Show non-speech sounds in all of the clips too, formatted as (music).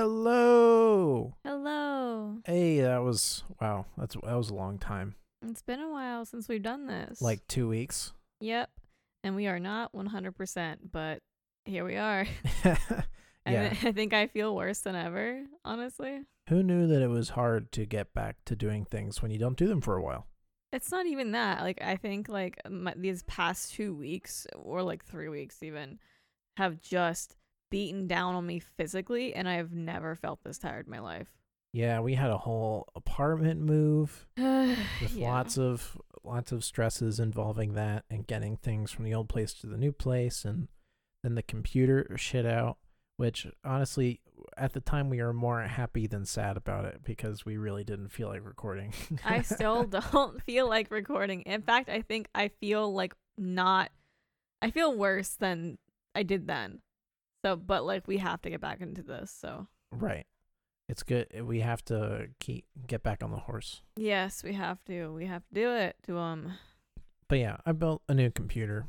Hello. Hello. Hey, that was wow. That's that was a long time. It's been a while since we've done this. Like two weeks. (laughs) Yep. And we are not 100%, but here we are. (laughs) I yeah. thi- I think I feel worse than ever, honestly. Who knew that it was hard to get back to doing things when you don't do them for a while? It's not even that. Like I think like my, these past 2 weeks or like 3 weeks even have just beaten down on me physically and I've never felt this tired in my life. (sighs) Yeah, we had a whole apartment move with yeah. lots of lots of stresses involving that and getting things from the old place to the new place and then the computer shit out, which honestly at the time we were more happy than sad about it because we really didn't feel like recording. (laughs) I still don't feel like recording. In fact, I think I feel like not I feel worse than I did then. So, but like we have to get back into this. So, Right. It's good. eh, We have to keep get back on the horse. yes, we have to. We have to do it to um But yeah, I built a new computer,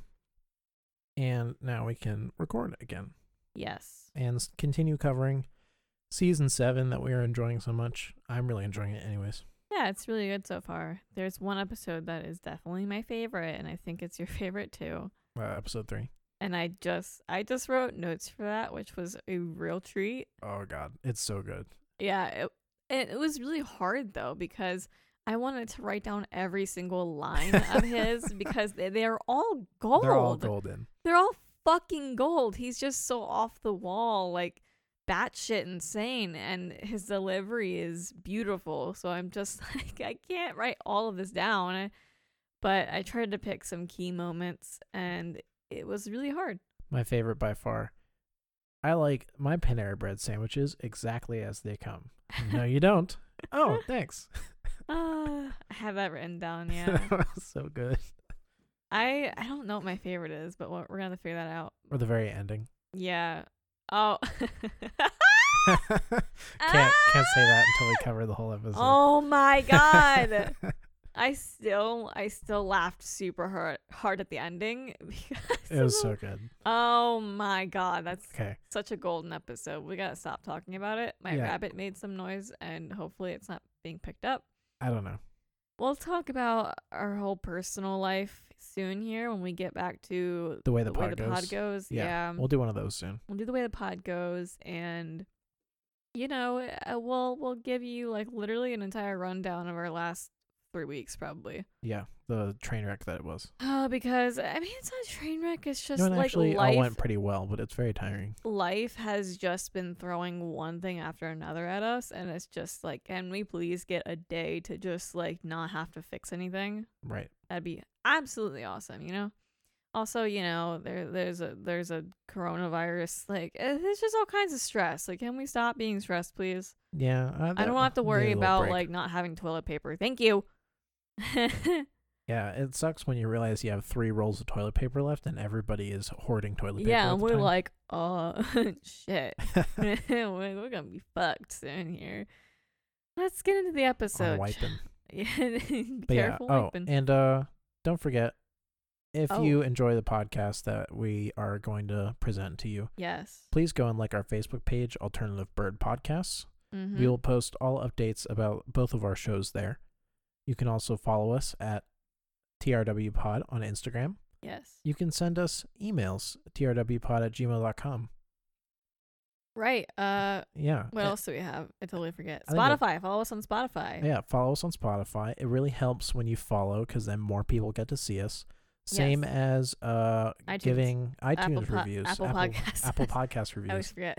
and now we can record again yes. and s- continue covering season seven that we are enjoying so much. I'm really enjoying it, anyways. Yeah, it's really good so far. There's one episode that is definitely my favorite and I think it's your favorite too. Uh, episode three. And I just I just wrote notes for that, which was a real treat. Oh God, it's so good. Yeah, it, and it was really hard though because I wanted to write down every single line of his (laughs) because they, they're all gold. They're all golden. They're all fucking gold. He's just so off the wall, like batshit insane, and his delivery is beautiful. So I'm just (laughs) like, I can't write all of this down. I- But I tried to pick some key moments, and it was really hard. My favorite by far. I like my Panera bread sandwiches exactly as they come. No, you don't. Oh, thanks. Ah, I have that written down. Yeah. (laughs) so good. I I don't know what my favorite is, but we're we're gonna have to figure that out. Or the very ending. Yeah. Oh. (laughs) (laughs) can't can't say that until we cover the whole episode. Oh my (laughs) god! I still I still laughed super hard hard at the ending (laughs) because it was of so the- good. Oh my god, that's Okay, such a golden episode. We gotta stop talking about it. My Yeah. rabbit made some noise, and hopefully it's not being picked up. I don't know. We'll talk about our whole personal life soon here when we get back to The way the, way pod, the goes. pod goes. Yeah, yeah. We'll do one of those soon. we'll do the way the pod goes and you know uh, we'll we'll give you like literally an entire rundown of our last three weeks probably Yeah, the train wreck that it was. uh, because i mean it's not a train wreck it's just no, and like actually, life all went pretty well, but it's very tiring. life has just been throwing one thing after another at us and it's just like can we please get a day to just like not have to fix anything Right. That'd be absolutely awesome, you know. Also, you know, there there's a there's a coronavirus like eh, there's just all kinds of stress. Like, can we stop being stressed, please? Yeah. uh, I that don't want to have to needed worry a little about break. like not having toilet paper. Thank you. (laughs) Yeah, it sucks when you realize you have three rolls of toilet paper left, and everybody is hoarding toilet paper. yeah, at and the we're time. (laughs) like, oh (laughs) shit, we're, we're gonna be fucked soon here. Let's get into the on episode. wiping. (laughs) yeah, be But yeah. careful Oh, wiping. and uh, don't forget. If Oh. you enjoy the podcast that we are going to present to you, yes. please go and like our Facebook page, Alternative Bird Podcasts. Mm-hmm. We will post all updates about both of our shows there. You can also follow us at TRW Pod on Instagram. yes. You can send us emails, trwpod at gmail.com. Right. Uh, Yeah. what eh, else do we have? I totally forget. I think that- Spotify. Follow us on Spotify. Yeah, follow us on Spotify. It really helps when you follow because then more people get to see us. Same Yes. as uh, iTunes. giving iTunes Po- reviews, Apple Podcasts. (laughs) Apple Podcast I always reviews. forget.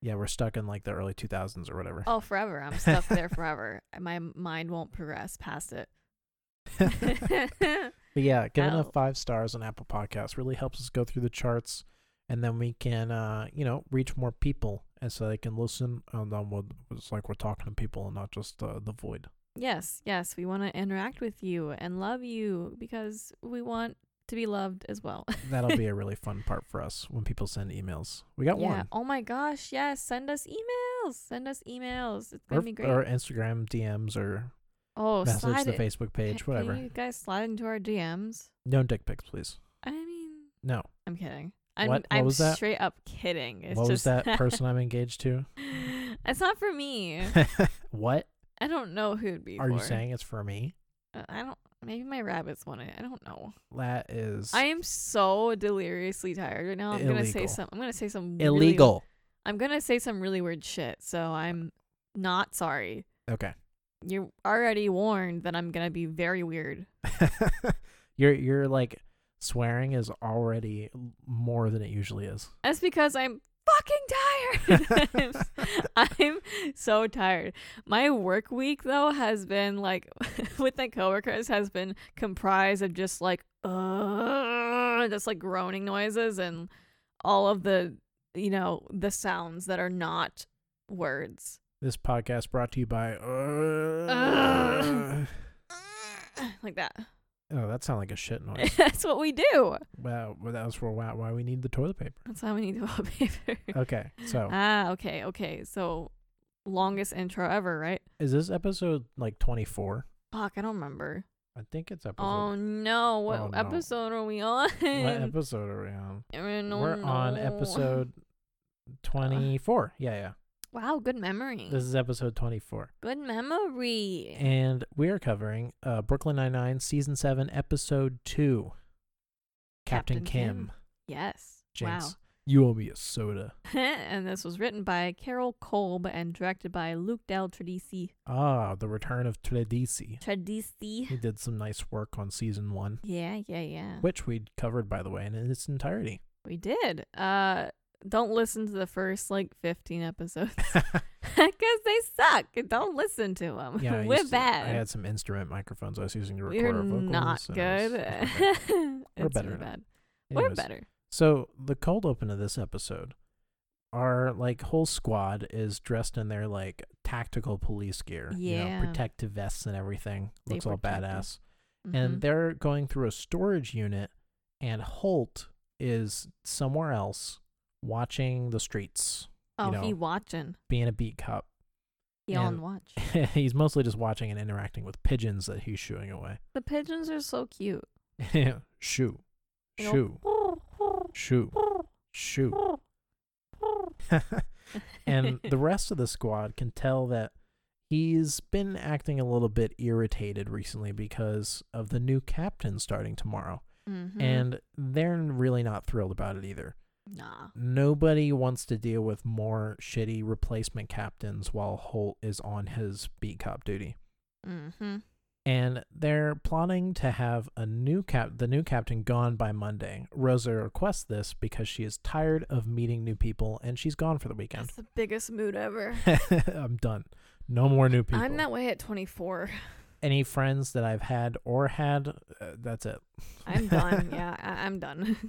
Yeah, we're stuck in like the early 2000s or whatever. Oh, forever. I'm stuck there forever. (laughs) My mind won't progress (laughs) past it. (laughs) yeah, (laughs) But (laughs) yeah, giving us Ow. five stars on Apple Podcasts really helps us go through the charts, and then we can, uh, you know, reach more people, and so they can listen. And then we'll, it's like we're talking to people and not just uh, the void. Yes, yes. We want to interact with you and love you because we want to be loved as well. (laughs) That'll be a really fun part for us when people send emails. We got (laughs) yeah. one. Oh my gosh. Yes. Send us emails. Send us emails. It's Or, gonna be great. or Instagram DMs or oh, message slide the it- Facebook Can- page, whatever. Can you guys slide into our DMs? No dick pics, please. I mean, No. I'm kidding. I'm, What- what I'm was that? straight up kidding. It's what was just that (laughs) person I'm engaged to? It's not for me. (laughs) what I don't know who it'd be are you for. saying? It's for me. Uh, I don't. Maybe my rabbits want it. I don't know. That is I am so deliriously tired right now. I'm gonna say Illegal. some. I'm gonna say some really- illegal. I'm gonna say some really weird shit. So I'm not sorry. Okay. (laughs) You're already warned that I'm gonna be very weird. your your like swearing is already more than it usually is. That's because I'm fucking tired. (laughs) I'm so tired. My work week though has been like (laughs) with my coworkers has been comprised of just like uh just like groaning noises and all of the you know, the sounds that are not words. (sighs) This podcast brought to you by. uh, Ugh. Like that. (laughs) oh, that sounded like a shit noise. That's what we do. wow, well, that was for why, why we need the toilet (laughs) paper. That's how we need to paper. Okay, so Ah, okay, okay. So longest intro ever, right? is this episode like twenty four? Fuck, I don't remember. I think it's episode. Oh no, what Oh, no. episode are we on? (laughs) what episode are we on? I don't We're on know. episode twenty four. Yeah, (laughs) Wow, good memory. yeah. This is episode twenty four. good memory. and we are covering uh, Brooklyn Nine Nine, season seven, episode two. Captain, Captain Kim, Kim. yes. Jinx, you owe me a soda. Wow. (laughs) and this was written by Carol Kolb and directed by Luke Del Tradici. Ah, the return of Tradisi. Tradici. He did some nice work on season one, Yeah, yeah, yeah. which we covered, by the way, in its entirety. (laughs) We did. Uh don't listen to the first like 15 episodes (laughs) because they suck. Don't listen to them. yeah, I (laughs) We're used to- bad. I had some instrument microphones I was using to record We're our vocals. not and it good. was- it was (laughs) (laughs) bad. We're better better. now. Bad. We're Anyways, better. So the cold open of this episode, our like whole squad is dressed in their like tactical police gear, you Yeah. know, protective vests and everything. They Looks all protect you. badass. Mhm. And they're going through a storage unit, and Holt is somewhere else watching the streets, oh, know, he watching. being a beat cop. (laughs) He and- on watch. He's mostly just watching and interacting with pigeons that he's shooing away. (laughs) The pigeons are so cute. shoo, They go, shoo, shoo, shoo. (laughs) (laughs) and the rest of the squad can tell that he's been acting a little bit irritated recently because of the new captain starting tomorrow. Mhm. And they're really not thrilled about it either. nah, Nobody wants to deal with more shitty replacement captains while Holt is on his beat cop duty. mm-hmm. And they're plotting to have a new cap the new captain gone by Monday. Rosa requests this because she is tired of meeting new people and she's gone for the weekend. that's the biggest mood ever. (laughs) I'm done. No more new people. I'm that way at 24. Any friends that I've had or had, uh, that's it. (laughs) (laughs) I'm done. yeah, I- I'm done. (laughs)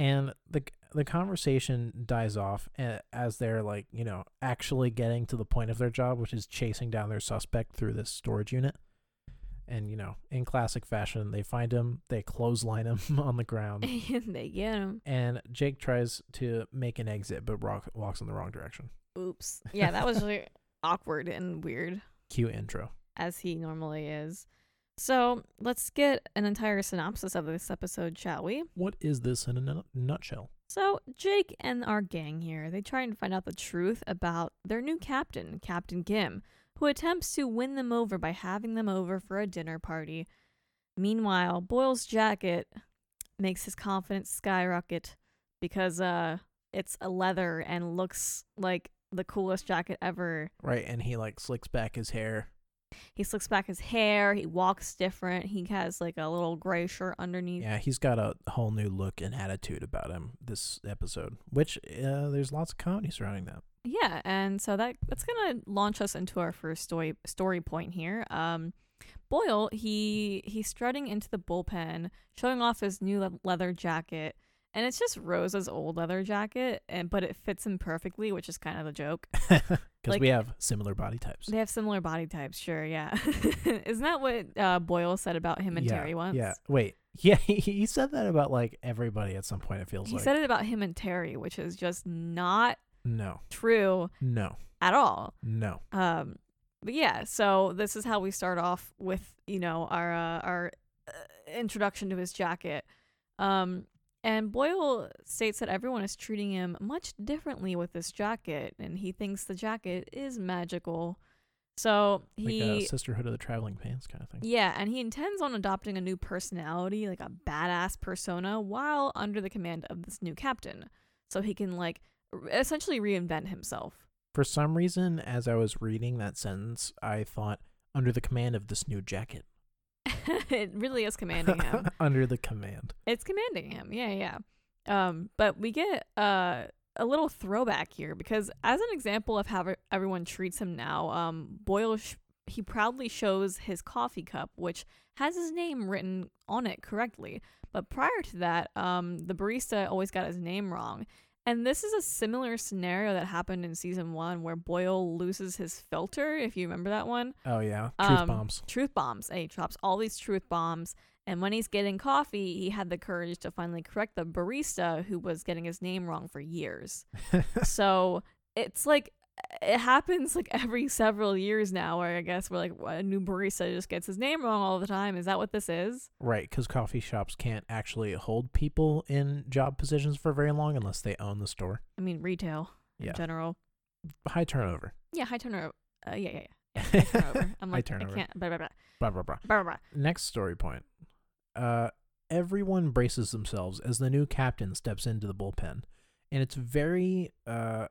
And the the conversation dies off a- as they're like, you know, actually getting to the point of their job, which is chasing down their suspect through this storage unit. And you know, in classic fashion, they find him, they clothesline him (laughs) on the (laughs) ground, and they get him. and Jake tries to make an exit, but rock, walks in the wrong direction. Oops. Yeah, that was really awkward and weird, Cue intro. as he normally is. So let's get an entire synopsis of this episode, shall we? What is this in a nu- nutshell? So, Jake and our gang here, they try and find out the truth about their new captain, Captain Kim, who attempts to win them over by having them over for a dinner party. Meanwhile, Boyle's jacket makes his confidence skyrocket because uh it's a leather and looks like the coolest jacket ever. Right, and he like slicks back his hair. He slicks back his hair, he walks different, he has like a little gray shirt underneath. Yeah, he's got a whole new look and attitude about him this episode, which uh, there's lots of comedy surrounding that. Yeah, and so that that's gonna launch us into our first story story point here. Um, Boyle he he's strutting into the bullpen, showing off his new le- leather jacket, and it's just Rosa's old leather jacket, and but it fits him perfectly, which is kind of the joke. Because Like- we have similar body types. They have similar body types, sure, yeah. (laughs) Isn't that what uh, Boyle said about him and yeah, Terry once? Yeah, wait. (laughs) Yeah, he, he said that about like everybody at some point, it feels He like. said it about him and Terry, which is just not no, true no, at all. no. Um, but yeah, so this is how we start off with you know our uh, our uh, introduction to his jacket. Um, And Boyle states that everyone is treating him much differently with this jacket, and he thinks the jacket is magical. So he like a Sisterhood of the Traveling Pants kind of thing. yeah, and he intends on adopting a new personality, like a badass persona, while under the command of this new captain. So he can, like, r- essentially reinvent himself. (laughs) For some reason, as I was reading that sentence, I thought under the command of this new jacket. it really is commanding him. (laughs) under the command. It's commanding him. Yeah, yeah. Um, but we get uh, a little throwback here because, as an example of how ev- everyone treats him now, um, Boyle sh- he proudly shows his coffee cup, which has his name written on it correctly. But prior to that, um, the barista always got his name wrong. And this is a similar scenario that happened in season one where Boyle loses his filter, if you remember that one. Oh yeah, truth Um, bombs. Truth bombs. And he drops all these truth bombs. And when he's getting coffee, he had the courage to finally correct the barista who was getting his name wrong (laughs) for years. so it's like it happens like every several years now, where I guess we're like a new barista just gets his name wrong all the time. Is that what this is? Right, because coffee shops can't actually hold people in job positions for very long unless they own the store. I mean, retail Yeah. in general. High turnover. Yeah, high turnover. Uh, yeah, yeah, yeah. (laughs) Turnover. I'm High like, I turnover. can't. Blah, blah, blah, Blah blah blah. blah, blah. Next story point. Uh, everyone braces themselves as the new captain steps into the bullpen, and it's very uh,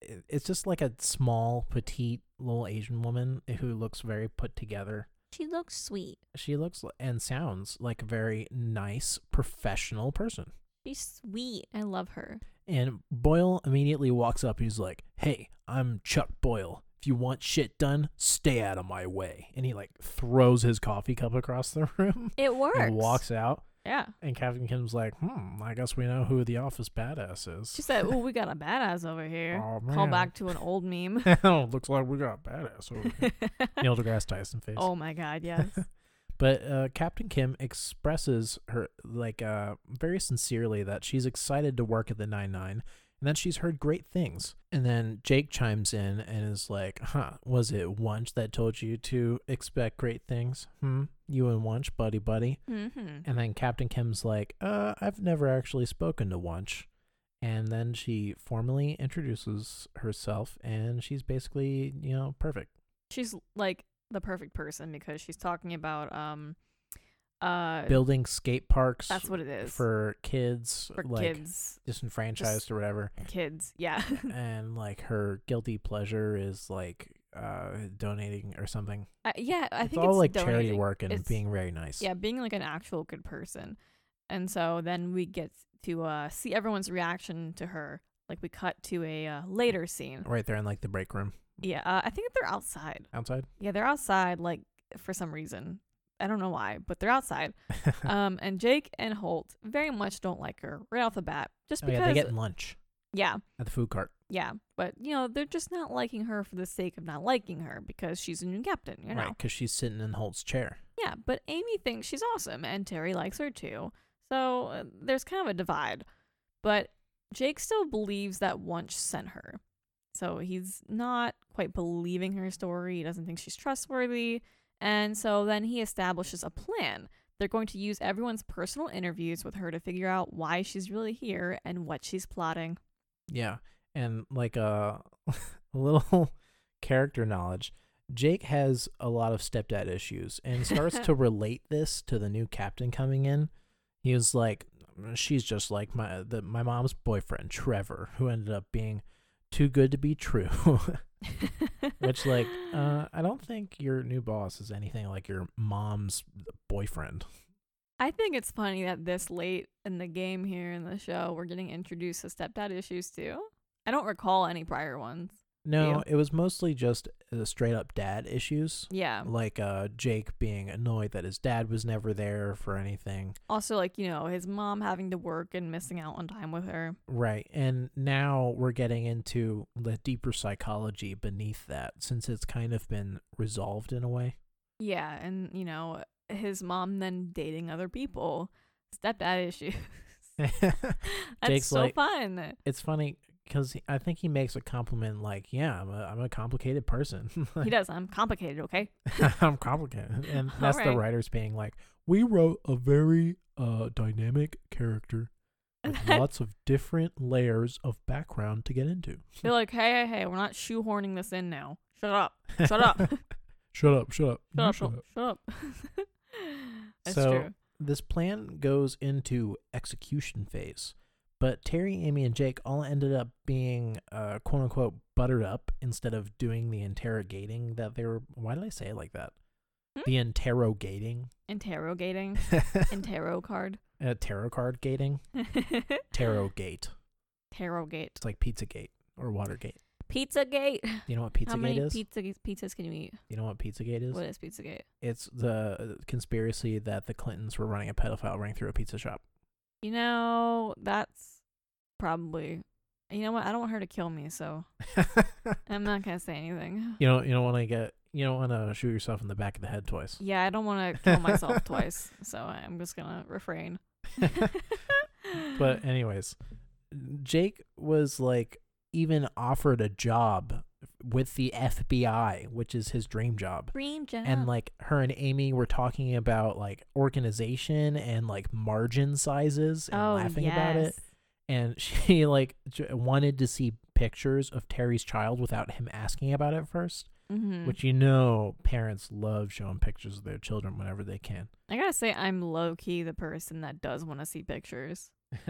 it- it's just like a small, petite, little Asian woman who looks very put together. She looks sweet. She looks l- and sounds like a very nice, professional person. She's sweet. I love her. And Boyle immediately walks up. He's like, "Hey, I'm Chuck Boyle. If you want shit done, stay out of my way." And he like throws his coffee cup across the (laughs) room It works. and walks out. Yeah. And Captain Kim's like, hmm, I guess we know who the office badass is. She said, "Oh, we got a badass over here." Oh, Call man. back to an old meme. (laughs) (laughs) oh, looks like we got a badass over here. Neil deGrasse Tyson face. oh my god, (laughs) yes. But uh, Captain Kim expresses her, like, uh, very sincerely that she's excited to work at the 9 9 and that she's heard great things. And then Jake chimes in and is like, huh, was it Wunsch that told you to expect great things? Hmm, you and Wunsch, buddy, buddy. mm-hmm. And then Captain Kim's like, uh, I've never actually spoken to Wunsch. And then she formally introduces herself, and she's basically, you know, perfect. She's like the perfect person because she's talking about um uh Building skate parks that's what it is for kids, for like kids. disenfranchised Just- or (laughs) whatever. Kids, (laughs) yeah. and like her guilty pleasure is like uh, donating or something. (laughs) I, yeah, I it's think all it's like charity donating. work and It's- being very nice. Yeah, being like an actual good person. And so then we get to uh see everyone's reaction to her. Like we cut to a uh, later scene. Right there in like the break room Yeah, uh, I think they're outside. outside. (laughs) Yeah, they're outside like for some reason. I don't know why, but they're outside. (laughs) um and Jake and Holt very much don't like her right off the bat just oh, because yeah, they get lunch yeah, at the food cart. yeah, but you know, they're just not liking her for the sake of not liking her because she's a new captain, you know. Right, because she's sitting in Holt's chair. Yeah, but Amy thinks she's awesome and Terry likes her too. So uh, there's kind of a divide. But Jake still believes that Wunsch sent her. So he's not quite believing her story. He doesn't think she's trustworthy. And so then he establishes a plan. They're going to use everyone's personal interviews with her to figure out why she's really here and what she's plotting. (laughs) Yeah, and like uh, (laughs) a, a little (laughs) character knowledge. Jake has a lot of stepdad issues and starts to relate this to the new captain coming in. He was like, "Mm, "She's just like my the, my mom's boyfriend, Trevor, who ended up being too good to be true." (laughs) Which, like, uh, I don't think your new boss is anything like your mom's boyfriend. I think it's funny that this late in the game here in the show, we're getting introduced to stepdad issues too. I don't recall any prior ones. No, Yeah. it was mostly just the straight up dad issues. Yeah. like uh Jake being annoyed that his dad was never there for anything. Also, like, you know, his mom having to work and missing out on time with her. Right. And now we're getting into the deeper psychology beneath that since it's kind of been resolved in a way. (laughs) Yeah. And, you know, his mom then dating other people. Stepdad issues. (laughs) That's Jake's so like- fun. it's funny cuz I think he makes a compliment like, yeah, I'm a, I'm a complicated person. (laughs) He does. I'm complicated, okay? I'm complicated. (laughs) And All that's the right. writers being like, we wrote a very uh dynamic character with (laughs) That- lots of different layers of background to get into. They're like, hey, hey, hey, we're not shoehorning this in now. Shut up. (laughs) Shut up. Shut shut up, shut up. you up. Shut up. Shut up. (laughs) That's So- true. This plan goes into execution phase, but Terry, Amy, and Jake all ended up being uh, quote unquote buttered up instead of doing the interrogating that they were. Why did I say it like that? Hmm? The (laughs) interrogating. Interrogating. Interro card. uh, tarot card gating. (laughs) Tarot gate. Interrogate. It's like Pizzagate or Watergate. Pizza Gate. You know what How many Pizzagate is? pizza pizzas can you eat? you know what Pizzagate is? What is Pizza Gate? It's the conspiracy that the Clintons were running a pedophile ring through a pizza (laughs) shop. You know, that's probably. You know what? I don't want her to kill me, so I'm not gonna say anything. you know, you don't want to get, you don't want to shoot yourself in the back of the head twice. Yeah, I don't want to kill (laughs) myself twice, so I'm just gonna refrain. (laughs) But anyways, Jake was like even offered a job with the FBI, which is his dream job. dream job. And like her and Amy were talking about like organization and like margin sizes and Oh, laughing about it. and (laughs) she like j- wanted to see pictures of Terry's child without him asking about it 1st Mm-hmm. which you know parents love showing pictures of their children whenever they can. I gotta say, I'm low key the person that does want to see pictures. (laughs)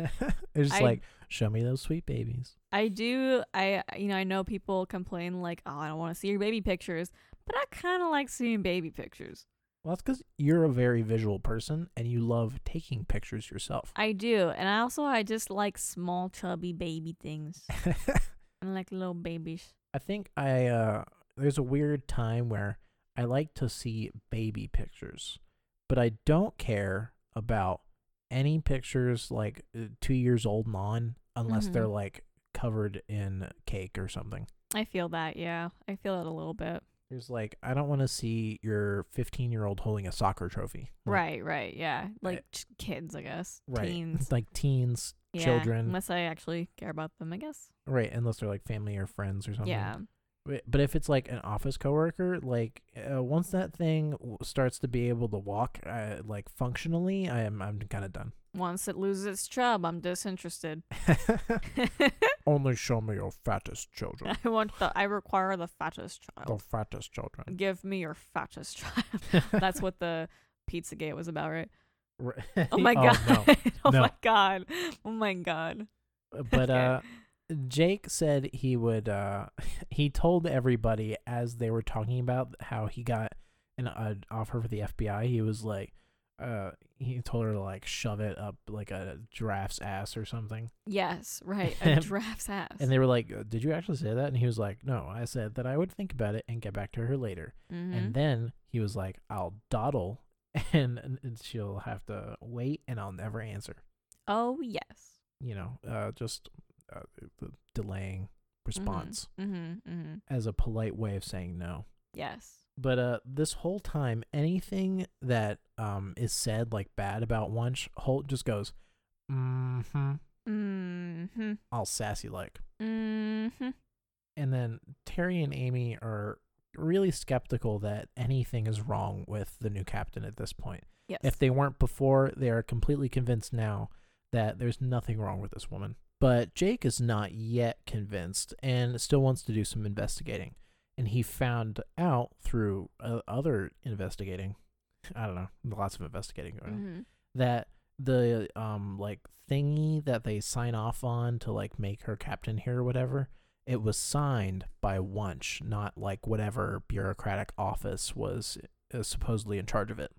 It's just I- like show me those sweet babies. I do. I you know I know people complain like, oh, I don't want to see your baby pictures, but I kind of like seeing baby pictures. Well, that's because you're a very visual person and you love taking pictures yourself. (laughs) I do, and I also I just like small chubby baby things. I I like little babies. think I uh there's a weird time where I like to see baby pictures, but I don't care about any pictures like uh, two years old and on unless Mhm. they're like covered in cake or something. I feel that. Yeah, I feel that a little bit. There's like I don't want to see your 15 year old holding a soccer trophy. Like, right. Right. Yeah. Like ch- kids, I guess. Eh. Right. (laughs) Teens. Like teens, Yeah, children. Unless I actually care about them, I guess. right? Unless they're like family or friends or something. Yeah. Wi- But if it's like an office coworker, like uh, once that thing w- starts to be able to walk, uh, like functionally, I am I'm kind of done. (laughs) Once it loses its chub, I'm disinterested. (laughs) (laughs) Only show me your fattest (laughs) children, I want the. I require the fattest the child. fattest children. Give me your fattest (laughs) child. That's what the Pizzagate was about, right? (laughs) Right. Oh my god! no. (laughs) oh No. my god! Oh my god! But Okay. uh, Jake said he would. Uh, (laughs) he told everybody as they were talking about how he got an uh, offer for the FBI. He was like, uh, he told her to like shove it up like a giraffe's ass or something. Yes, right. (laughs) A And- (laughs) giraffe's ass. And they were like, "Uh, "Did you actually say that?" And he was like, "No, I said that I would think about it and get back to her later." Mhm. And then he was like, "I'll dawdle, (laughs) and, and she'll have to wait, and I'll never answer." oh yes. You know, uh, just uh, the delaying response Mm-hmm. Mm-hmm. as a polite way of saying no. Yes. But uh, this whole time, anything that um is said like bad about Wunsch, Holt just goes, "Mm-hmm," Mm-hmm. all sassy like. Mm-hmm. and then Terry and Amy are really skeptical that anything is wrong with the new captain at this point. Yes. If they weren't before, they are completely convinced now that there's nothing wrong with this woman. But Jake is not yet convinced and still wants to do some investigating. And he found out through uh, other investigating, I don't know, lots of investigating going on mm-hmm. that the um like thingy that they sign off on to like make her captain here or whatever it was signed by Wunsch, not like whatever bureaucratic office was uh, supposedly in charge of it,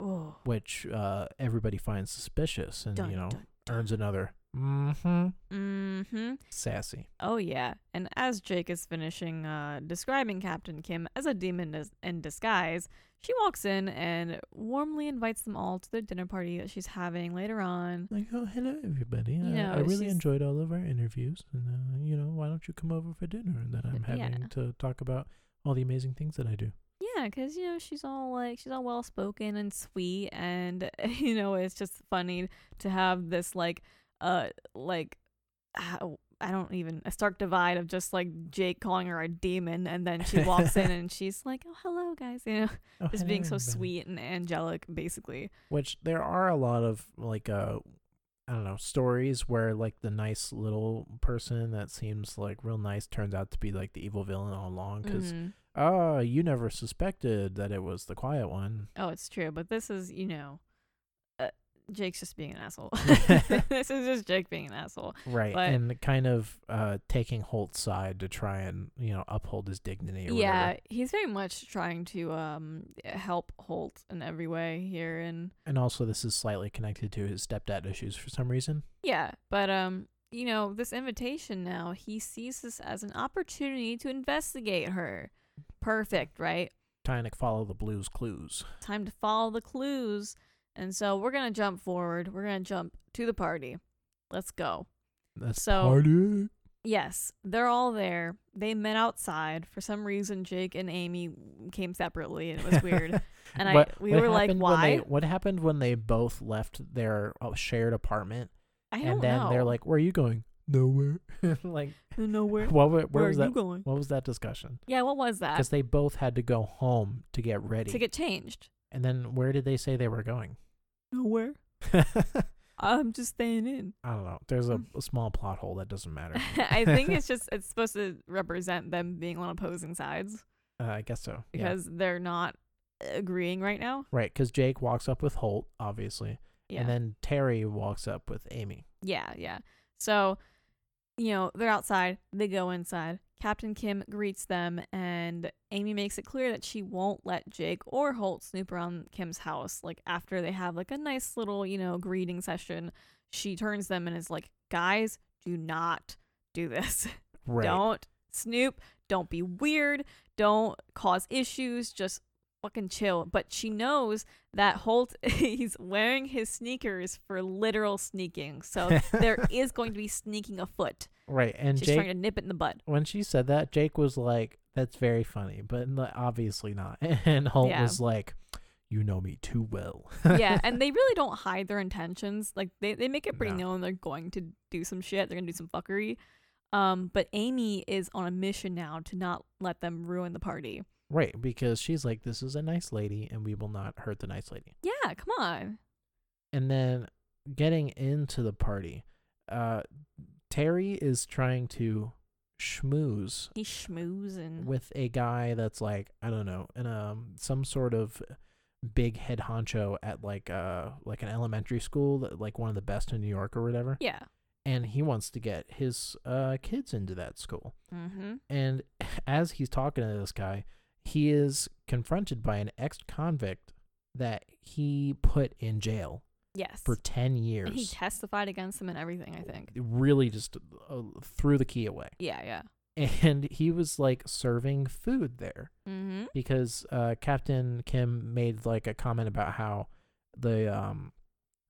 Oh. which uh, everybody finds suspicious and Dun, you know dun, earns another mm-hmm. Mm-hmm. sassy. Oh yeah. And as Jake is finishing uh, describing Captain Kim as a demon dis- in disguise, she walks in and warmly invites them all to the dinner party that she's having later on. Like, oh, hello everybody. I, know, I really she's- enjoyed all of our interviews, and uh, you know, why don't you come over for dinner? And then I'm Yeah. having to talk about all the amazing things that I do. Yeah, because you know she's all like she's all well spoken and sweet, and (laughs) you know it's just funny to have this like uh like how, I don't even a stark divide of just like Jake calling her a demon, and then she walks (laughs) in and she's like, "Oh, hello, guys," you know, (laughs) Oh, just being hello, so everybody. sweet and angelic, basically. which there are a lot of like uh I don't know, stories where like the nice little person that seems like real nice turns out to be like the evil villain all along because Mhm. oh, you never suspected that it was the quiet one. Oh, it's true. But this is, you know, uh, Jake's just being (laughs) an asshole. (laughs) this is just Jake being an asshole. Right. But- and kind of uh taking Holt's side to try and, you know, uphold his dignity or Yeah, whatever. he's very much trying to um help Holt in every way here, and And also this is slightly connected to his stepdad issues for some reason. yeah, but um, you know, this invitation now he sees this as an opportunity to investigate her. Perfect, right? Trying to follow the blues clues. Time to follow the clues, and so we're gonna jump forward. We're gonna jump to the party. Let's go. That's So- party. Yes, they're all there. They met outside. For some reason, Jake and Amy came separately. and It (laughs) was weird. And I What- we what were like, happened when they- why? what happened when they both left their uh, shared apartment? I don't and then know. they're like, "Where are you going?" Nowhere. (laughs) like, nowhere. what? wa- Where, Where are was you that? going? What was that discussion? Yeah, what was that? Because they both had to go home to get ready. To get changed. and then where did they say they were going? (laughs) Nowhere. I I'm just (laughs) staying in. don't know. There's a, Hmm. a small plot hole that doesn't (laughs) matter. I (laughs) think it's just it's supposed to represent them being on opposing sides Uh, I guess so. yeah. because they're not agreeing right now. Right, because Jake walks up with Holt, obviously, Yeah. and then Terry walks up with Amy. Yeah, yeah. So, you know, they're outside, they go inside. Captain Kim greets them, and Amy makes it clear that she won't let Jake or Holt snoop around Kim's house. Like, after they have like a nice little, you know, greeting session, she turns them and is like, guys, do not do this. (laughs) Right. Don't snoop. Don't be weird. Don't cause issues. Just fucking chill. But she knows that Holt (laughs) he's wearing his sneakers for literal sneaking. (laughs) So there is going to be sneaking afoot. Right, (laughs) and She's Jake. trying to nip it in (laughs) the bud. when she said that, Jake was like, "That's very funny," but n- obviously not. (laughs) And Holt Yeah. was like, "You know me too well." yeah, and they really don't hide their intentions. Like they, they make it pretty No. known they're going to do some shit. They're gonna do some fuckery. Um, but Amy is on a mission now to not let them ruin the party. (laughs) right, because she's like, "This is a nice lady, and we will not hurt the nice lady." Yeah, come on. And then getting into the party, uh, Terry is trying to schmooze He's schmoozing. with a guy that's like, I don't know, in um some sort of big head honcho at like uh like an elementary school that like one of the best in New York or whatever. yeah. and he wants to get his uh, kids into that school. Mm-hmm. And (laughs) as he's talking to this guy, he is confronted by an ex convict that he put in jail Yes. for 10 years. And he testified against him and everything, I think. really just uh, threw the key away. (laughs) Yeah, yeah. And he was like serving food there Mm-hmm. because uh, Captain Kim made like a comment about how the um,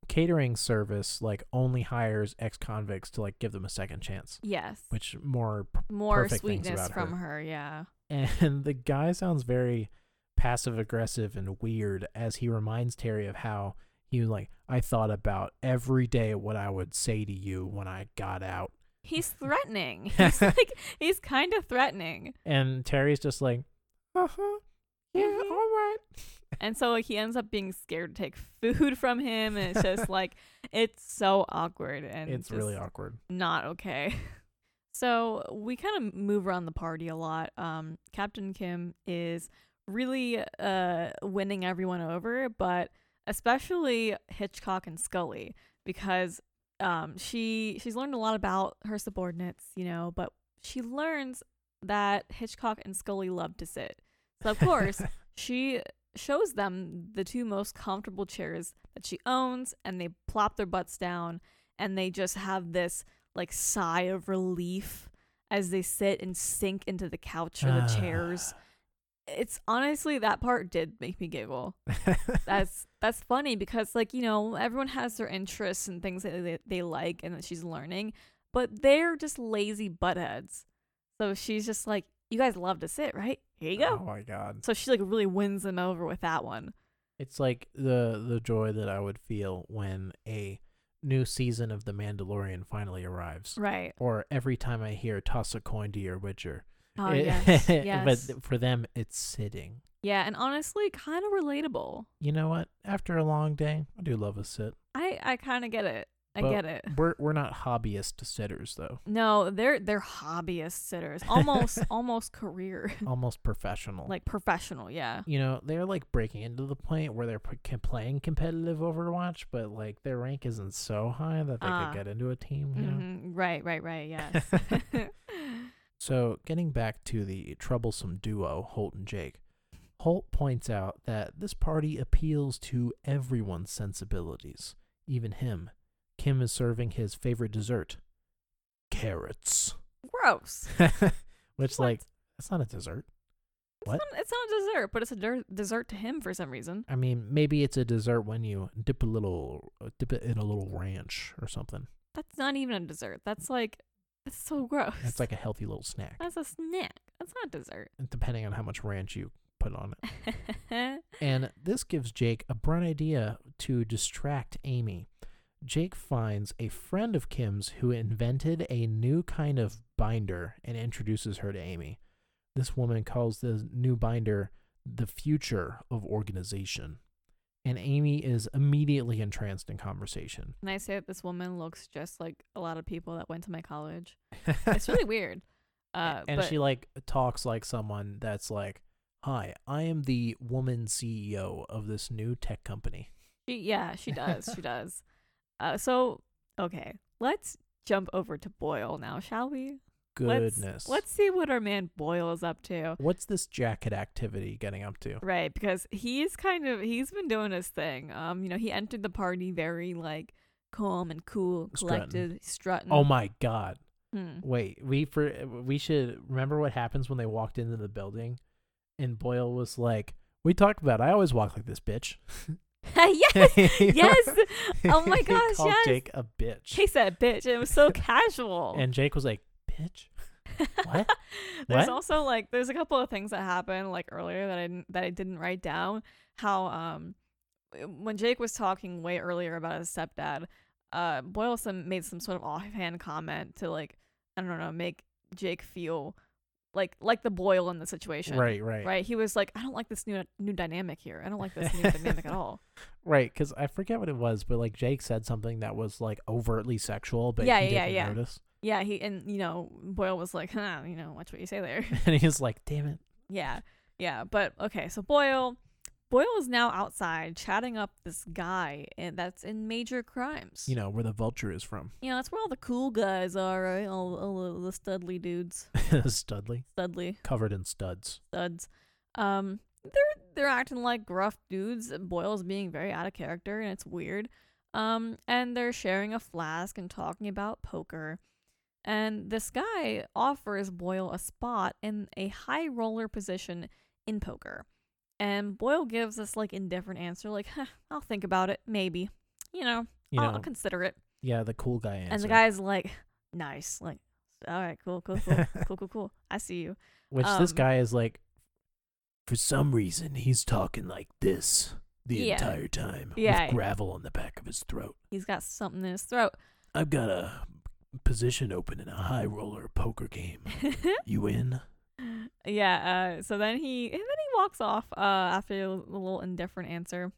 catering service like only hires ex convicts to like give them a second chance, Yes. which more More perfect things sweetness about from her. yeah. (laughs) and the guy sounds very passive aggressive and weird as he reminds Terry of how he was like, I thought about every day what I would say to you when I got out. He's (laughs) threatening. He's like he's kind of threatening. And Terry's just like, uh huh. Yeah, Mhm. all right. And so he ends up being scared to take food (laughs) from him and it's just like it's so awkward and it's really just awkward. Not okay. (laughs) So we kind of move around the party a lot. Um Captain Kim is really uh winning everyone over, but especially Hitchcock and Scully because um she she's learned a lot about her subordinates, you know, but she learns that Hitchcock and Scully love to sit. (laughs) So of course, she shows them the two most comfortable chairs that she owns and they plop their butts down and they just have this like sigh of relief as they sit and sink into the couch or the Ah. chairs. It's honestly that part did make me giggle that's that's funny because like you know everyone has their interests and things that they, they like and that she's learning but they're just lazy buttheads so she's just like you guys love to sit right here you go Oh my god. so she like really wins them over with that one It's like the the joy that I would feel when a new season of The Mandalorian finally arrives. (laughs) right Or every time I hear toss a coin to your witcher. (laughs) oh It- yes yes But for them, it's sitting. yeah and honestly kind of relatable You know what? After a long day, I do love a sit. i i kind of get it I But get it. We're we're not hobbyist sitters (laughs) though. No, they're they're hobbyist sitters, (laughs) almost almost career, Almost professional. like professional. Yeah, you know, they're like breaking into the point where they're p- com- playing competitive Overwatch, but like their rank isn't so high that they Ah. could get into a team. You know? hmm right, right, right. (laughs) Yes. (laughs) So, getting back to the troublesome duo, Holt and Jake, Holt points out that this party appeals to everyone's sensibilities, even him. Kim is serving his favorite dessert, carrots. (laughs) Gross. Which, What? like, that's not a dessert. What? It's not, it's not a dessert, but it's a der- dessert to him for some reason. I mean, maybe it's a dessert when you dip a little, uh, dip it in a little ranch or something. That's not even a dessert. That's like that's so (laughs) gross. It's like a healthy little snack, that's a snack. That's not dessert. (laughs) depending on how much ranch you put on it. And this gives Jake a bright idea to distract Amy. Jake finds a friend of Kim's who invented a new kind of binder and introduces her to Amy. This woman calls the new binder the future of organization. And Amy is immediately entranced in conversation. and I say that this woman looks just like a lot of people that went to my (laughs) college. It's really weird. Uh, and but she like talks like someone that's like, "Hi, I am the woman CEO of this new tech company." She, yeah, she does. (laughs) she does. Uh, so, okay, let's jump over to Boyle now, shall we? Goodness. Let's, let's see what our man Boyle is up to. What's this jacket activity getting up to? Right, because he's kind of he's been doing his thing. Um, you know, he entered the party very like calm and cool, Strutting. collected, strutting. Oh my god. Hmm. (laughs) Wait, we for we should remember what happens when they walked into the building and Boyle was like, "We talked about. it. I always walk like this bitch." (laughs) yes, (laughs) yes. Oh my He gosh, called yes. Jake a bitch. Chase that bitch. and It was so casual. And Jake was like, (laughs) "Bitch?" What? There's What? also like there's a couple of things that happened like earlier that I didn't, that I didn't write down. How um when Jake was talking way earlier about his stepdad, uh Boyle some made some sort of offhand comment to like I don't know make Jake feel like like the Boyle in the situation. Right, right. Right. He was like, I don't like this new new dynamic here. I don't (laughs) like this new dynamic at all. Right, because I forget what it was, but like Jake said something that was like overtly sexual, but Yeah, he yeah, didn't yeah. notice. (laughs) Yeah. He and you know Boyle was like, huh, you know, watch what you say there. And he was like, "Damn it!" Yeah, yeah. But okay, so Boyle, Boyle is now outside chatting up this guy, and that's in major crimes. You know where the vulture is from, (laughs) you know, that's where all the cool guys are, right? All, all the- the studly dudes, Studley, studly covered in studs. studs. Um, they're they're acting like gruff dudes. and Boyle's being very out of character, and it's weird. Um, and they're sharing a flask and talking about poker. And this guy offers Boyle a spot in a high roller position in poker. And Boyle gives this like indifferent answer, like, huh, I'll think about it, maybe. You know, You I'll, know, I'll consider it. yeah, the cool guy answer. Oh, And the guy's like, nice. Like, all right, cool, cool, cool, cool, cool, cool. I see you. Which this Um, guy is like, for some reason, he's talking like this the Yeah. entire time Yeah. with gravel on the back of his throat. He's got something in his throat. I've got a position open in a high roller poker (laughs) game. You in? yeah. Uh, so then he and then he walks off uh, after a little indifferent answer,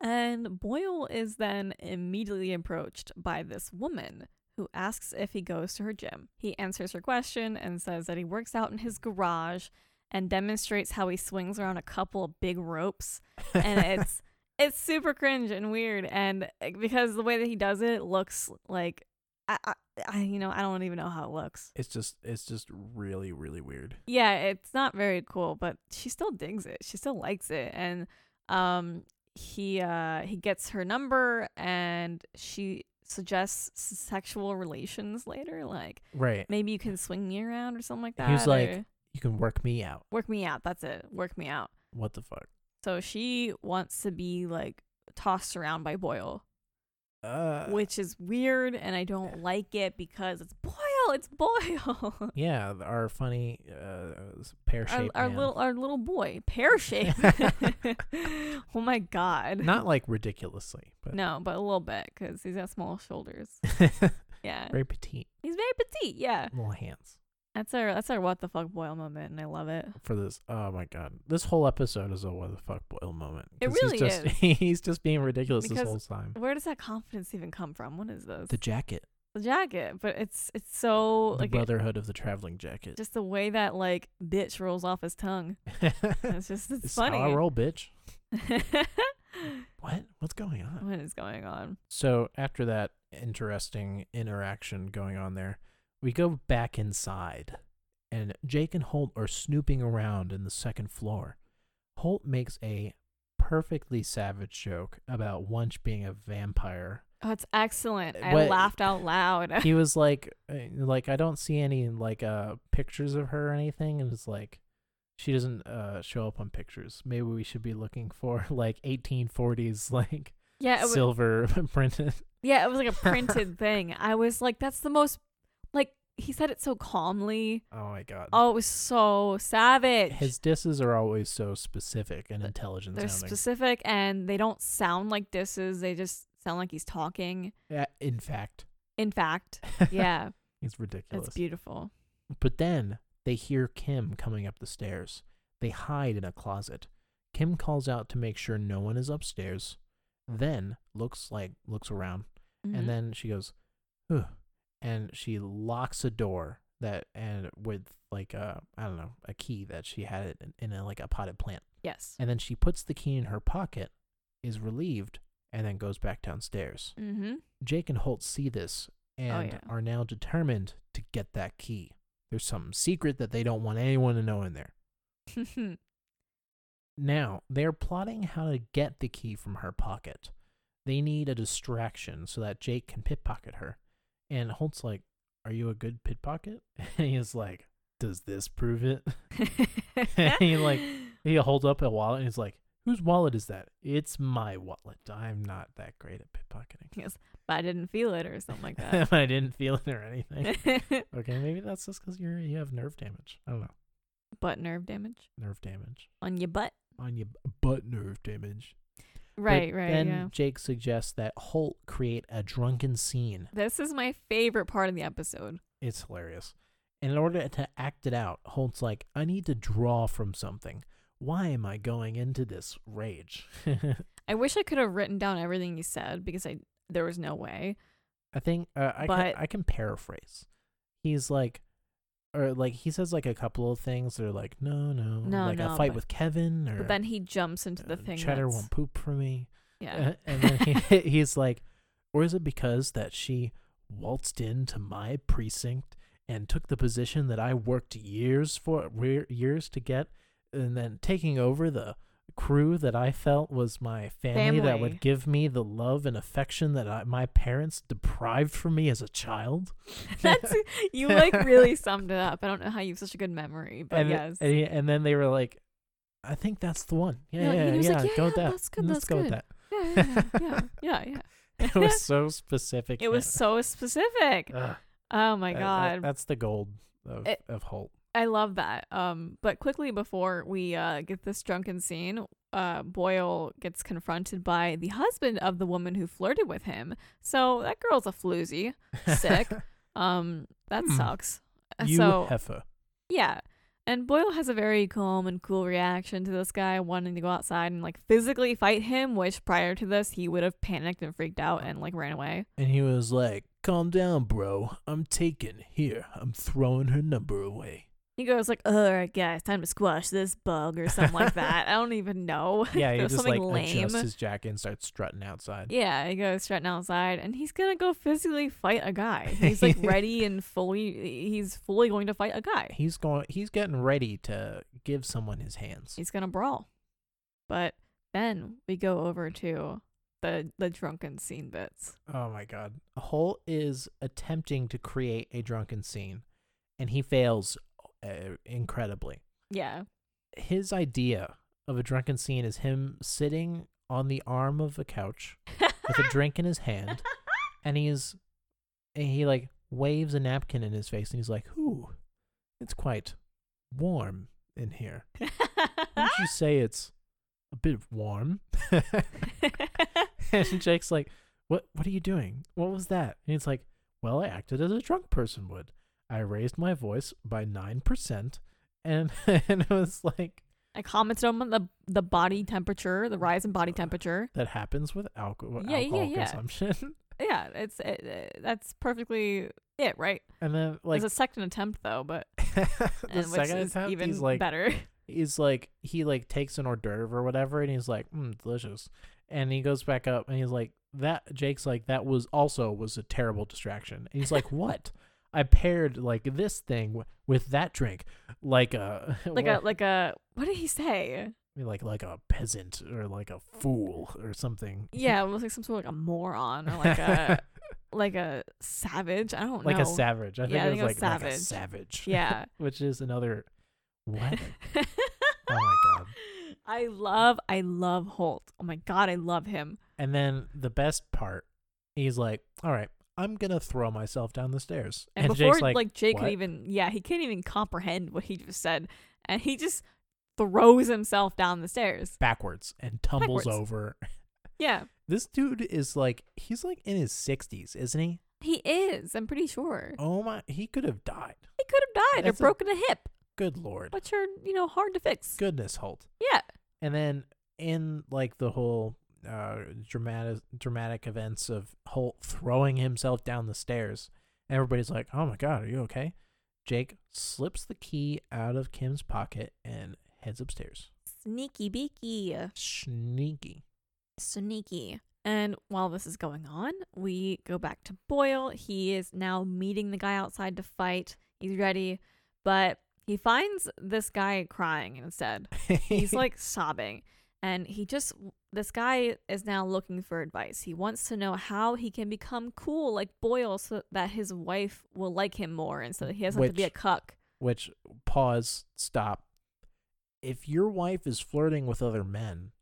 and Boyle is then immediately approached by this woman who asks if he goes to her gym. He answers her question and says that he works out in his garage, and demonstrates how he swings around a couple of big ropes, and it's. It's super cringe and weird, and uh, because the way that he does it looks like, I, I, I, you know, I don't even know how it looks. (laughs) It's just, it's just really, really weird. Yeah, it's not very cool, but she still digs it. She still likes it, and um, he uh he gets her number, and she suggests s- sexual relations later, like Right. maybe you can swing me around or something like that. He was like- or You can work me out. work me out. That's it. Work me out. What the fuck? So she wants to be like tossed around by Boyle, Uh, which is weird, and I don't like it because it's Boyle. It's Boyle. (laughs) yeah, th- our funny uh, pear our, shaped our man. little (laughs) our little boy (laughs) pear shape. (laughs) oh my god. Not like ridiculously, but (laughs) No, but a little bit because he's got small shoulders. Yeah, very petite he's very petite. Yeah, little hands. That's our that's our what the fuck boil moment, and I love it. for this. Oh my god, this whole episode is a what the fuck boil moment. It 'cause really he's just, is. (laughs) He's just being ridiculous this Because- whole time. Where does that confidence even come from? What is this? The The, jacket, jacket, but it's it's so the like it- Brotherhood of the Traveling Jacket. (laughs) just the way that like bitch rolls off his tongue. It's just it's, it's funny. (laughs) how I roll, bitch. what What? What's going on? is going on? So after that interesting interaction going on there, we go back inside, and Jake and Holt are snooping around in the second floor. Holt makes a perfectly savage joke about Wunsch being a vampire. Oh, it's excellent. I What- laughed out loud. (laughs) He was like, eh, like I don't see any like uh pictures of her or anything, and it's like. She doesn't uh, show up on pictures. Maybe we should be looking for (laughs) like 1840s, like yeah, it was, silver (laughs) printed. yeah, it was like (laughs) a printed thing. I was like, that's the most like he said it so calmly. Oh my god! Oh, it was so savage. his disses are always so specific and intelligent They're sounding. specific and they don't sound like disses. They just sound like he's talking. Yeah, in fact, In fact, (laughs) (laughs) yeah, it's ridiculous. it's beautiful. but then they hear Kim coming up the stairs. They hide in a closet. Kim calls out to make sure no one is upstairs. Then looks like looks around, Mhm. and then she goes, "Ugh," and she locks a door that and with like a I don't know a key that she had it in, in a, like a potted plant. yes. And then she puts the key in her pocket, is relieved, and then goes back downstairs. Mm-hmm. Jake and Holt see this and Oh, yeah. are now determined to get that key. There's something secret that they don't want anyone to know in there. Mm-hmm. (laughs) Now, they're plotting how to get the key from her pocket. They need a distraction so that Jake can pickpocket her. And Holt's like, Are you a good pickpocket? (laughs) And he's like, Does this prove it? (laughs) He, like, He holds up a wallet and he's like, Whose wallet is that? It's my wallet. I'm not that great at pickpocketing. but I didn't feel it or (laughs) something like that. I didn't feel it or (laughs) anything. Okay, maybe that's just because you're you have nerve damage. I don't know, butt nerve damage nerve damage on your butt. on your b- butt, nerve damage. But Right, right. Then yeah. Jake suggests that Holt create a drunken scene. This is my favorite part of the episode. It's hilarious. And in order to act it out, Holt's like, "I need to draw from something. Why am I going into this rage?" (laughs) I wish I could have written down everything he said because I there was no way. I think uh, I can, But- I can paraphrase. He's like, or like he says like a couple of things that are like, no, no, No, like no, a fight but- with Kevin, or But then he jumps into the uh, thing. Cheddar that's- won't poop for me, Yeah. Uh, and then he, (laughs) he's like, or is it because that she waltzed into my precinct and took the position that I worked years for re- years to get, and then taking over the crew that I felt was my family, that Family. would give me the love and affection that I, my parents deprived from me as a child. (laughs) That's (laughs) you like really summed it up. I don't know how you have such a good memory, (laughs) but and, yes. and, he- and then they were like, I think that's the one. Yeah, yeah, Yeah, and yeah. he was like, yeah, go yeah, with that. that's good, Let's that's go with good." that. (laughs) (laughs) yeah, yeah, yeah, yeah, yeah. It (laughs) was so specific. It was so specific. and- Ugh, Oh my Uh, that- that- god. that's the gold of, It- of Holt. I love that. Um, but quickly before we uh, get this drunken scene, uh, Boyle gets confronted by the husband of the woman who flirted with him. So that girl's a floozy. (laughs) Sick. Um, that Hmm. sucks. Uh, you so heifer. yeah, and Boyle has a very calm and cool reaction to this guy wanting to go outside and like physically fight him, which prior to this he would have panicked and freaked out and like ran away. And he was like, "Calm down, bro. I'm taken here. I'm throwing her number (laughs) away." He goes like, "All right, guys, time to squash this bug" or something like that. I don't even know. Yeah, he There's just like something adjusts lame. his jacket and starts strutting outside. Yeah, he goes strutting outside, and he's gonna go physically fight a guy. He's like ready and fully. He's fully going to fight a guy. He's going. He's getting ready to give someone his hands. He's gonna brawl. But then we go over to the the drunken scene bits. Oh my god. Holt is attempting to create a drunken scene and he fails uh, incredibly. Yeah, (laughs) His idea of a drunken scene is him sitting on the arm of a couch with a drink in his hand and he's and he like waves a napkin in his face and he's like, "Ooh, it's quite warm in here." Wouldn't you say it's a bit warm? (laughs) and Jake's like, "What? What are you doing? What was that?" And he's like, "Well, I acted as a drunk person would. I raised my voice by 9%. And, (laughs) and it was like, (laughs) I commented on the the body temperature, the rise in body temperature. that happens with alco- Yeah, yeah, alcohol yeah. consumption. (laughs) Yeah, it's it, it- that's perfectly it, right? And then, like, There's a second attempt though, but (laughs) the and which second is attempt, even he's like, better. (laughs) he's like, he like takes an hors d'oeuvre or whatever, and he's like, mm, delicious. And he goes back up, and he's like, that Jake's like, that was also was a terrible distraction. And he's (laughs) like, what? I paired like this thing w- with that drink, like a (laughs) Like a like a what did he say? like like a peasant or like a fool or something. Yeah, it was like some sort of like a moron or (laughs) like a like a savage. I don't like know. a (laughs) savage. I think Yeah, I it was think it was like, like a savage. savage. Yeah. (laughs) which is another (laughs) what? oh my god. I love I love Holt. Oh my god, I love him. And then the best part, he's like, "All right, I'm gonna throw myself down the stairs." And, before Jake's like, Jake "What?" could even yeah, he couldn't even comprehend what he just said. And he just throws himself down the stairs. backwards and tumbles Backwards. over. (laughs) Yeah. This dude is like, he's like in his sixties, isn't (laughs) he? He is, I'm pretty sure. Oh my, he could have died. He could have died or That's a- broken a hip, Good lord, which are, you know, hard to fix. goodness, Holt. Yeah. And then in like the whole uh, dramatic dramatic events of Holt throwing himself down the stairs, everybody's like, "Oh my god, are you okay?" Jake slips the key out of Kim's pocket and heads upstairs. Sneaky beaky. (laughs) Sneaky. Sneaky. And while this is going on, we go back to Boyle. He is now meeting the guy outside to fight. He's ready, but he finds this guy crying instead. (laughs) He's like sobbing. And he just, this guy is now looking for advice. He wants to know how he can become cool like Boyle so that his wife will like him more and so that he doesn't have to be a Which- cuck. which pause stop if your wife is flirting with other men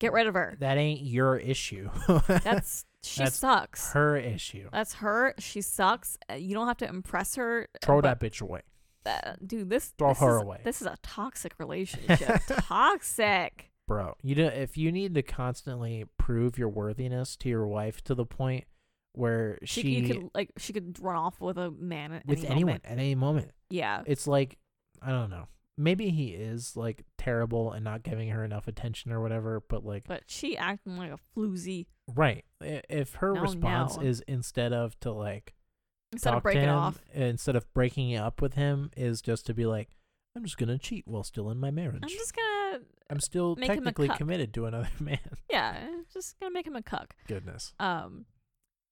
Get rid (laughs) of her. that ain't your issue (laughs) That's, she That's sucks. Uh, her issue That's her. She sucks. Uh, You don't have to impress her. throw that but- bitch away uh, dude, this Throw this her is, away. This is a toxic (laughs) relationship. toxic. bro you know if you need to constantly prove your worthiness to your wife to the point where She, she, you could like she could run off with a man at with any anyone moment. at any moment Yeah, it's like i don't know maybe he is like terrible and not giving her enough attention or whatever but like but she acting like a floozy right I- if her No, response no. is instead of to like instead talk of breaking to it him, off. instead of breaking it up with him is just to be like i'm just gonna cheat while still in my marriage I'm just gonna I'm still make him a technically cuck." committed to another (laughs) man yeah, just gonna make him a cuck. (laughs) goodness (laughs) Um,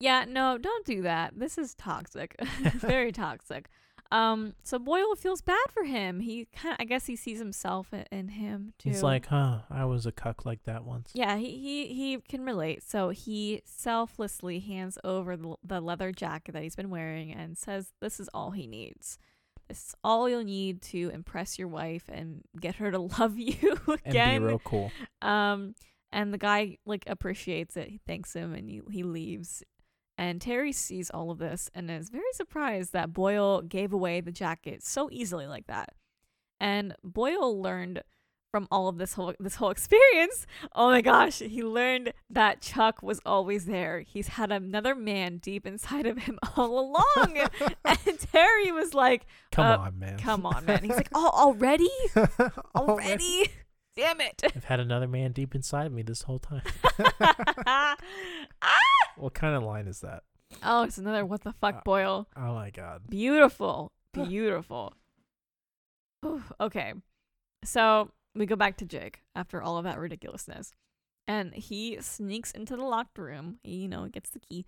yeah, no, don't do that. This is toxic. (laughs) Very toxic. Um, so Boyle feels bad for him. He kind of, I guess, he sees himself i- in him too. he's like huh i was a cuck like that once Yeah, he, he he can relate. So he selflessly hands over the, the leather jacket that he's been wearing and says, "This is all he needs. This is all you'll need to impress your wife and get her to (laughs) love you and again." be real cool um, and the guy like appreciates it. He thanks him and he he leaves. And Terry sees all of this and is very surprised that Boyle gave away the jacket so easily like that. And Boyle learned from all of this whole this whole (laughs) experience. Oh my gosh, he learned that Chuck was always there. He's had another man deep inside of him (laughs) all (laughs) along. and Terry was like, come uh, on man "Come on, man." (laughs) He's like, "Oh, already? Already? Already? (laughs) Damn it!" i've had another man deep inside me this whole (laughs) time (laughs) what kind of line is that (laughs) oh, it's another what the Uh, fuck boil. oh my god Beautiful. Beautiful. Oof, okay. So we go back to Jake after all of that ridiculousness. And he sneaks into the locked room. He, you know, gets the key,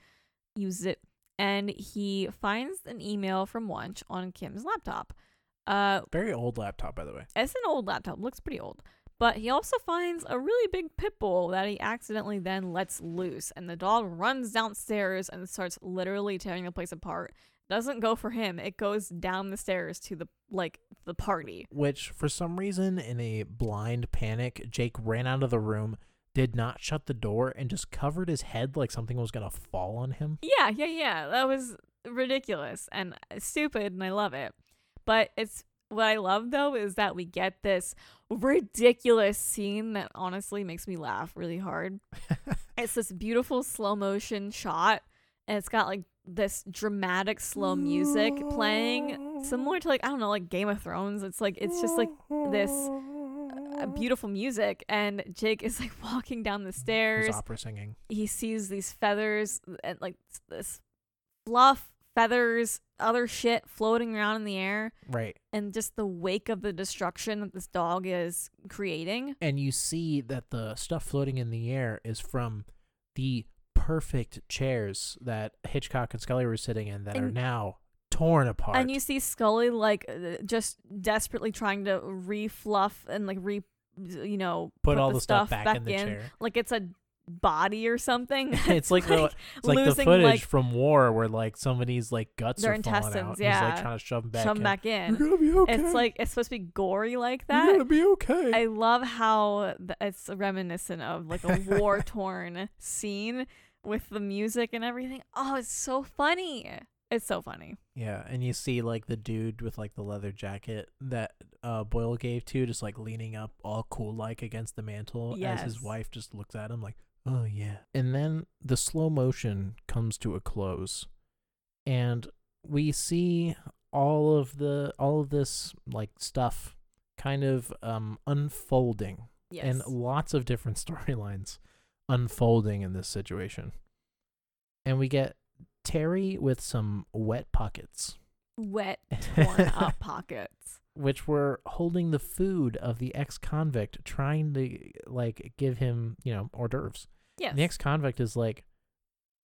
uses it, and he finds an email from Wunsch on Kim's laptop. Uh, very old laptop by the way it's an old laptop, looks pretty old. But he also finds a really big pit bull that he accidentally then lets loose, and the dog runs downstairs and starts literally tearing the place apart. Doesn't go for him; it goes down the stairs to the like the party. which for some reason in a blind panic jake ran out of the room did not shut the door and just covered his head like something was gonna fall on him Yeah, yeah, yeah. That was ridiculous and stupid, and I love it. But it's what I love though is that we get this ridiculous scene that honestly makes me laugh really hard. it's this beautiful slow motion shot, and it's got like this dramatic slow music playing it's similar to like I don't know, like Game of Thrones. It's like it's just like this (laughs) uh, beautiful music, and Jake is like (laughs) walking down the His stairs. opera singing. He sees these feathers and like this fluff feathers, other shit floating around in the air, Right. and just the wake of the destruction that this dog is creating. And you see that the stuff floating in the air is from the perfect chairs that Hitchcock and Scully were sitting in that are And- now torn apart. And you see Scully like uh, just desperately trying to re-fluff and like re, you know, put, all the, stuff, back, in the (laughs) chair. like it's a body or something. It's like the- It's like the losing footage like from war where like somebody's like guts Their are falling out. intestines, and He's like yeah. trying to shove them (laughs) back. shove in. back You're in. gonna be okay. It's like it's supposed to be gory like You're that. gonna be okay. I love how th- it's reminiscent of like a (laughs) war torn scene with the music and everything. Oh, it's so funny. It's so funny. Yeah, and you see like the dude with like the leather jacket that uh Boyle gave to, just like leaning up all cool like against the mantle as his Yes. wife just looks at him like, "Oh yeah." And then the slow motion comes to a close, and we see all of the all of this like stuff kind of um unfolding Yes. and lots of different (laughs) storylines unfolding in this situation. And we get Terry with some wet pockets, (laughs) Wet torn up pockets. which were holding the food of the ex convict, trying to like give him, you know, hors d'oeuvres. Yes. And the ex convict is like,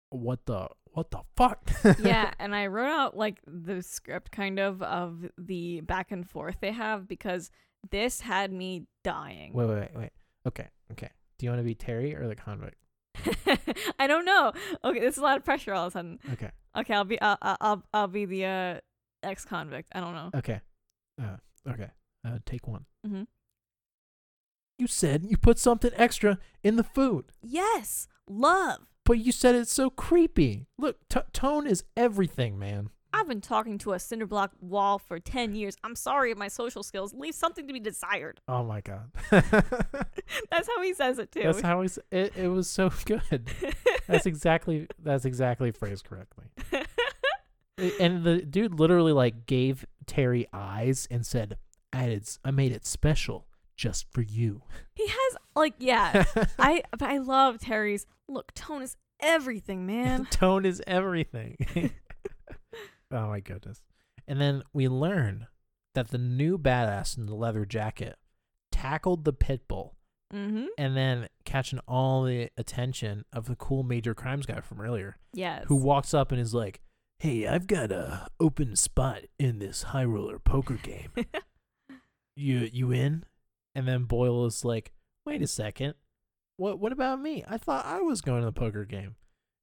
What the what the fuck? (laughs) yeah, and I wrote out like the script kind of of the back and forth they have because this had me dying. wait, wait, wait, wait. Okay, okay. Do you want to be Terry or the convict? (laughs) I don't know. Okay, this is a lot of pressure all of a sudden. Okay. Okay, I'll be I'll I'll, I'll- I'll be the uh, ex convict. I don't know. Okay. Uh, okay. Uh, take one. Mhm. You said you put something extra in the food. Yes, love. But you said it's so creepy. Look, t- tone is everything, man. I've been talking to a cinder block wall for ten years. I'm sorry, if my social skills leave something to be desired. (laughs) Oh my god. (laughs) That's how he says it too. that's how he's, it. It was so (laughs) good. (laughs) That's exactly. That's exactly phrased correctly. I- And the dude literally like gave Terry eyes and said, "I did, I made it special just for you." he has like yeah. (laughs) I but I love Terry's look. Tone is everything, man. tone is everything. (laughs) oh my goodness. And then we learn that the new badass in the leather jacket tackled the pit bull (laughs) mm-hmm. and then catching all the attention of the cool major crimes guy from earlier, Yes. (laughs) who walks up and is like, "Hey, I've got a open spot in this high roller poker game. you you in?" And then Boyle is like, "Wait a second, what what about me? I thought I was going to the poker game."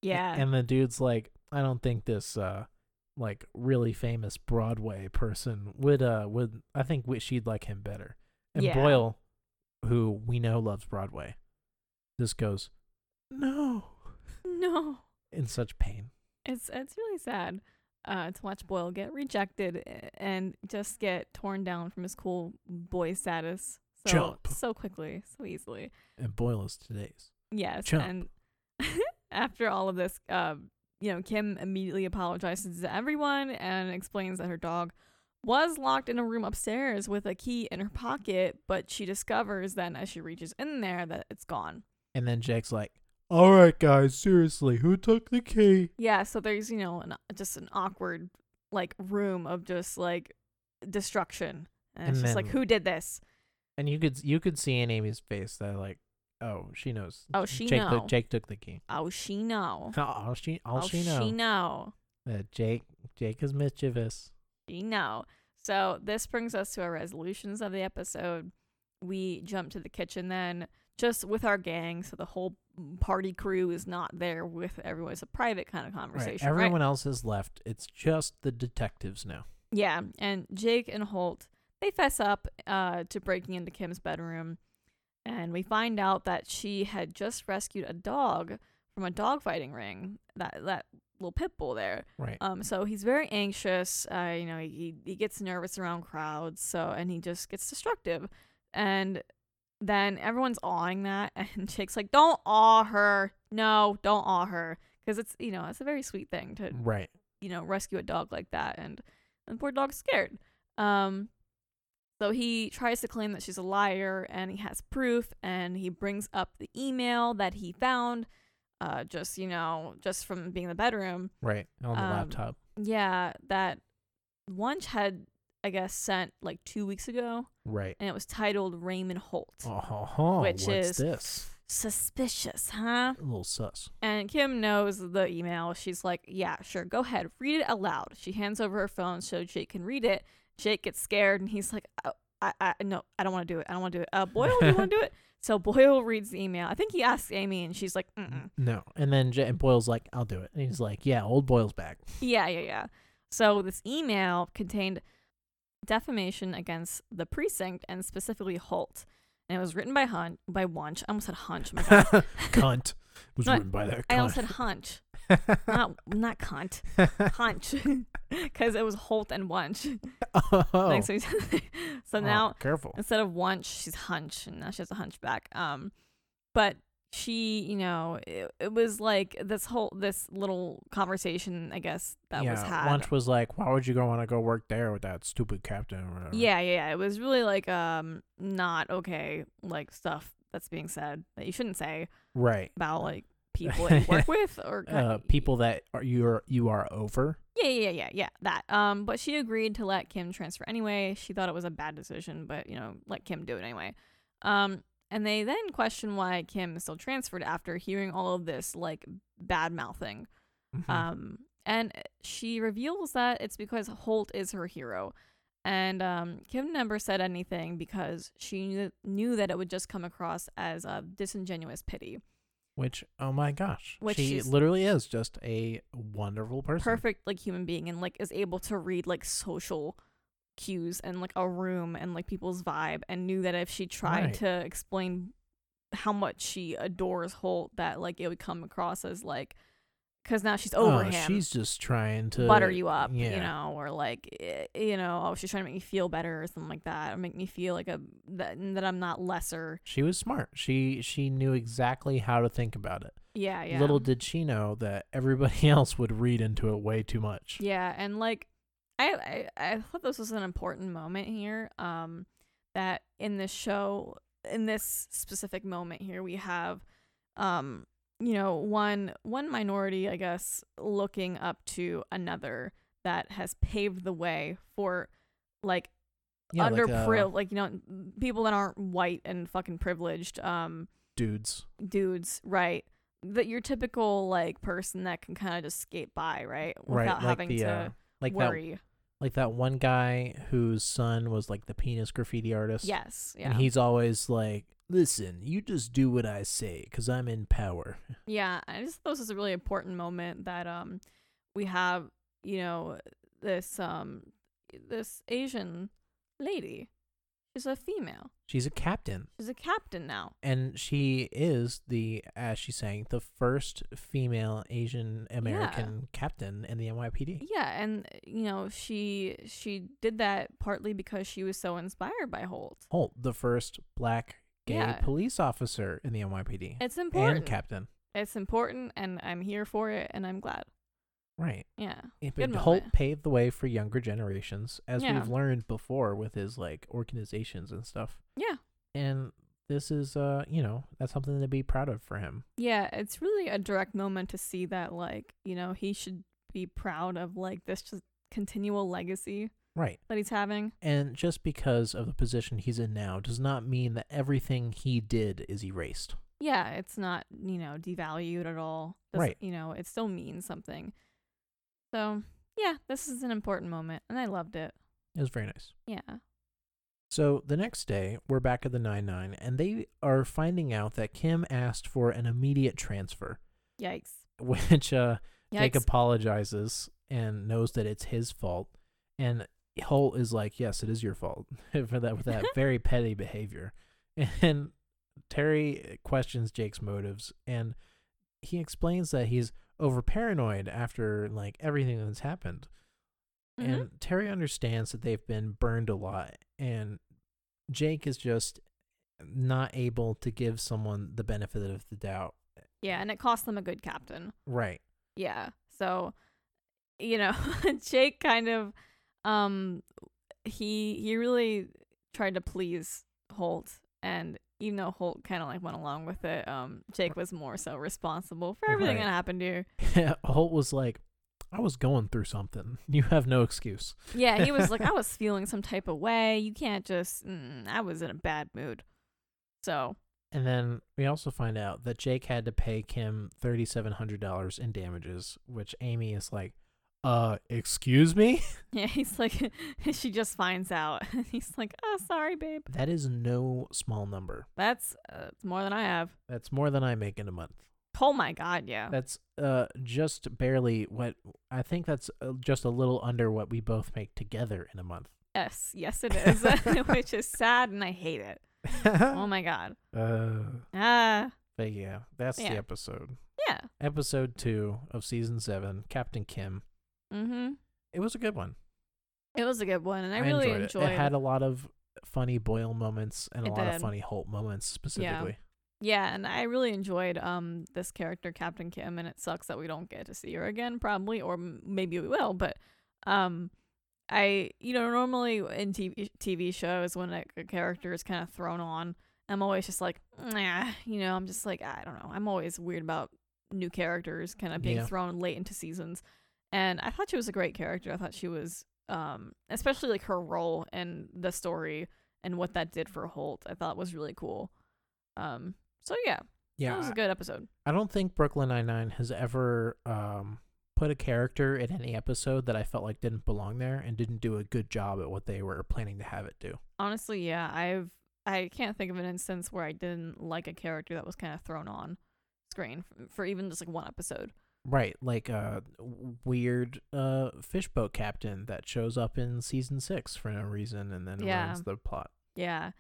yeah. And the dude's like, "I don't think this uh like really famous Broadway person would uh would I think we, she'd like him better." And Yeah. Boyle, who we know loves Broadway, just goes, "No," no. in such pain. It's it's really sad uh, to watch Boyle get rejected a- and just get torn down from his cool boy status so Jump. so quickly, so easily. And Boyle is today's. Yes, Jump. and (laughs) after all of this, uh, you know, Kim immediately apologizes to everyone and explains that her dog was locked in a room upstairs with a key in her pocket, but she discovers then as she reaches in there that it's gone. And then Jake's like, "All right, guys, seriously, who took the key?" Yeah, so there's you know an, just an awkward like room of just like destruction, and, it's And just like then- who did this? And you could you could see in Amy's face that like, oh, she knows. Oh, she Jake know. Took, Jake took the key. Oh, she know. All she all oh, she know She know. that Jake Jake is mischievous. She know. So this brings us to our resolutions of the episode. We jump to the kitchen then, just with our gang, so the whole party crew is not there with everyone. It's a private kind of Right. conversation. right? Everyone else has left. It's just the detectives now. Yeah, and Jake and Holt they fess up uh, to breaking into Kim's bedroom, and we find out that she had just rescued a dog from a dog fighting ring. That that little pit bull there. Right. Um, so he's very anxious. Uh, you know, he he gets nervous around crowds. So and he just gets destructive, and then everyone's awing that, (laughs) and Jake's like, "Don't awe her. No, don't Mm. awe her." Because it's you know it's a very sweet thing to right. you know rescue a dog like that and And the poor dog's scared. Um, so he tries to claim that she's a liar and he has proof and he brings up the email that he found uh, just, you know, just from being in the bedroom. Right. On the Um, laptop. Yeah, that Wunsch had, I guess, sent like two weeks ago Right. and it was titled Raymond Holt. Oh, ho, ho, which what's is- (laughs) this? Suspicious, huh? A little sus. And Kim knows the email. She's like, Yeah, sure, go ahead, read it aloud. She hands over her phone so Jake can read it. Jake gets scared and he's like, oh, I, I, No, I don't want to do it. I don't want to do it. Uh, Boyle, do you want to do it? So Boyle reads the email. I think he asks Amy and she's like, Mm-mm. No. And then J- and Boyle's like, I'll do it. And he's like, Yeah, old Boyle's (laughs) back. Yeah, yeah, yeah. So this email contained defamation against the precinct and specifically Holt. And it was written by Hunt, by Wunsch. I almost said Hunch. My God. (laughs) cunt. It was No, written by that I cunt. almost said Hunch. (laughs) (laughs) not not cunt, hunch, (laughs) because it was Holt and Wunch. oh. (laughs) Like, so he's- (laughs) so Oh, now careful. instead of Wunch, she's Hunch, and now she has a hunchback. Um, but she, you know, it, it was like this whole this little conversation, I guess that yeah, was had. Lunch was like, Why would you go want to go work there with that stupid captain or whatever? Yeah, yeah, yeah. It was really like um not okay, like stuff that's being said that you shouldn't say Right. about like people that you (laughs) work with or Uh, people that are you're you are over. Yeah, yeah, yeah, yeah, that. Um, but she agreed to let Kim transfer anyway. She thought it was a bad decision, but you know, let Kim do it anyway. Um, and they then question why Kim is still transferred after hearing all of this like bad mouthing. Mhm. Um, and she reveals that it's because Holt is her hero. And um, Kim never said anything because she knew- knew that it would just come across as a disingenuous pity. Which, oh my gosh, Which she she's- literally is just a wonderful person. perfect like human being and like is able to read like social cues and like a room and like people's vibe and knew that if she tried Right. to explain how much she adores Holt that like it would come across as like cuz now she's over oh, him she's just trying to butter you up Yeah, you know or like eh, you know oh she's trying to make me feel better or something like that or make me feel like a that, that I'm not lesser she was smart. She she knew exactly how to think about it. yeah yeah Little did she know that everybody (laughs) else would read into it way too much. Yeah, and like I, I I thought this was an important moment here. Um that in this show in this specific moment here we have um you know one one minority I guess looking up to another that has paved the way for like Yeah, like, uh, underprivileged like, you know people that aren't white and fucking privileged um dudes. dudes right that your typical like person that can kind of just skate by right without right, having like the to uh, like that worry. like that one guy whose son was like the penis graffiti artist. Yes. Yeah. and he's always like, "Listen, you just do what I say, cause I'm in power." yeah. I just thought this was a really important moment that um we have, you know, this um this Asian lady. She's a female. She's a captain. She's a captain now. and she is the as she's saying the first female asian american captain in the nypd Yeah, and you know, she she did that partly because she was so inspired by Holt. holt the first black gay Yeah. police officer in the nypd It's and important. captain it's important and I'm here for it and I'm glad. right Yeah. Yeah, Good but holt moment. paved the way for younger generations as Yeah. we've learned before with his like organizations and stuff Yeah. and this is uh you know that's something to be proud of for him Yeah, it's really a direct moment to see that, like, you know, he should be proud of, like, this just continual legacy right that he's having. and just because of the position he's in now does not mean that everything he did is erased Yeah, it's not, you know, devalued at all. Doesn't- Right. You know, it still means something. So, yeah, this is an important moment, and I loved it. it was very nice Yeah. So the next day, we're back at the 9 9, and they are finding out that Kim asked for an immediate transfer, (laughs) Yikes. which uh, Jake Yikes. apologizes and knows that it's his fault. And Holt is like, Yes, it is your fault (laughs) for that, for that very petty behavior. And Terry questions Jake's motives, and he explains that he's over paranoid after like everything that's happened Mhm. and Terry understands that they've been burned a lot, and Jake is just not able to give someone the benefit of the doubt. yeah, and it cost them a good captain. Right. (laughs) Yeah. So, you know, (laughs) Jake kind of um he he really tried to please Holt and even though Holt kind of like went along with it, um, Jake was more so responsible for everything Right. that happened here. Holt was like, I was going through something. (laughs) You have no excuse. Yeah, he was like, I was feeling some type of way. You can't just. Mm, I was in a bad mood. So (laughs) And then we also find out that Jake had to pay Kim $3,700 in damages, which Amy is like, uh, excuse me? (laughs) yeah, he's like, (laughs) she just finds out. (laughs) he's like, oh, sorry, babe. That is no small number. That's uh, it's more than I have. That's more than I make in a month. Oh my god, yeah. That's uh just barely what I think that's uh, just a little under what we both make together in a month. Yes, yes, it is, (laughs) which is sad, and I hate it. Oh my god. (laughs) uh, Ah, but yeah, that's Yeah. the episode. yeah. Episode 2 of season 7, Captain Kim. Mm-hmm. It was a good one. It was a good one, and I, really enjoyed enjoyed it. It had a lot of funny Boyle moments and a It lot of did. funny Holt moments specifically. Yeah, and I really enjoyed um this character Captain Kim, and it sucks that we don't get to see her again, probably, or m- maybe we will. But um, I you know normally in TV TV shows when a, a character is kind of thrown on, I'm always just like, nah, you know, I'm just like I don't know. I'm always weird about new characters kind of being Yeah. thrown late into seasons, and I thought she was a great character. I thought she was um especially like her role and the story and what that did for Holt. I thought was really cool. Um, so yeah, that was I- a good episode. I don't think Brooklyn Nine Nine has ever um, put a character in any episode that I felt like didn't belong there and didn't do a good job at what they were planning to have it do. Honestly, yeah, I've I can't think of an instance where I didn't like a character that was kind of thrown on screen for, for even just like one episode. Right, like a weird uh, fishboat captain that shows up in season six for no reason and then Yeah. ruins the plot. Yeah.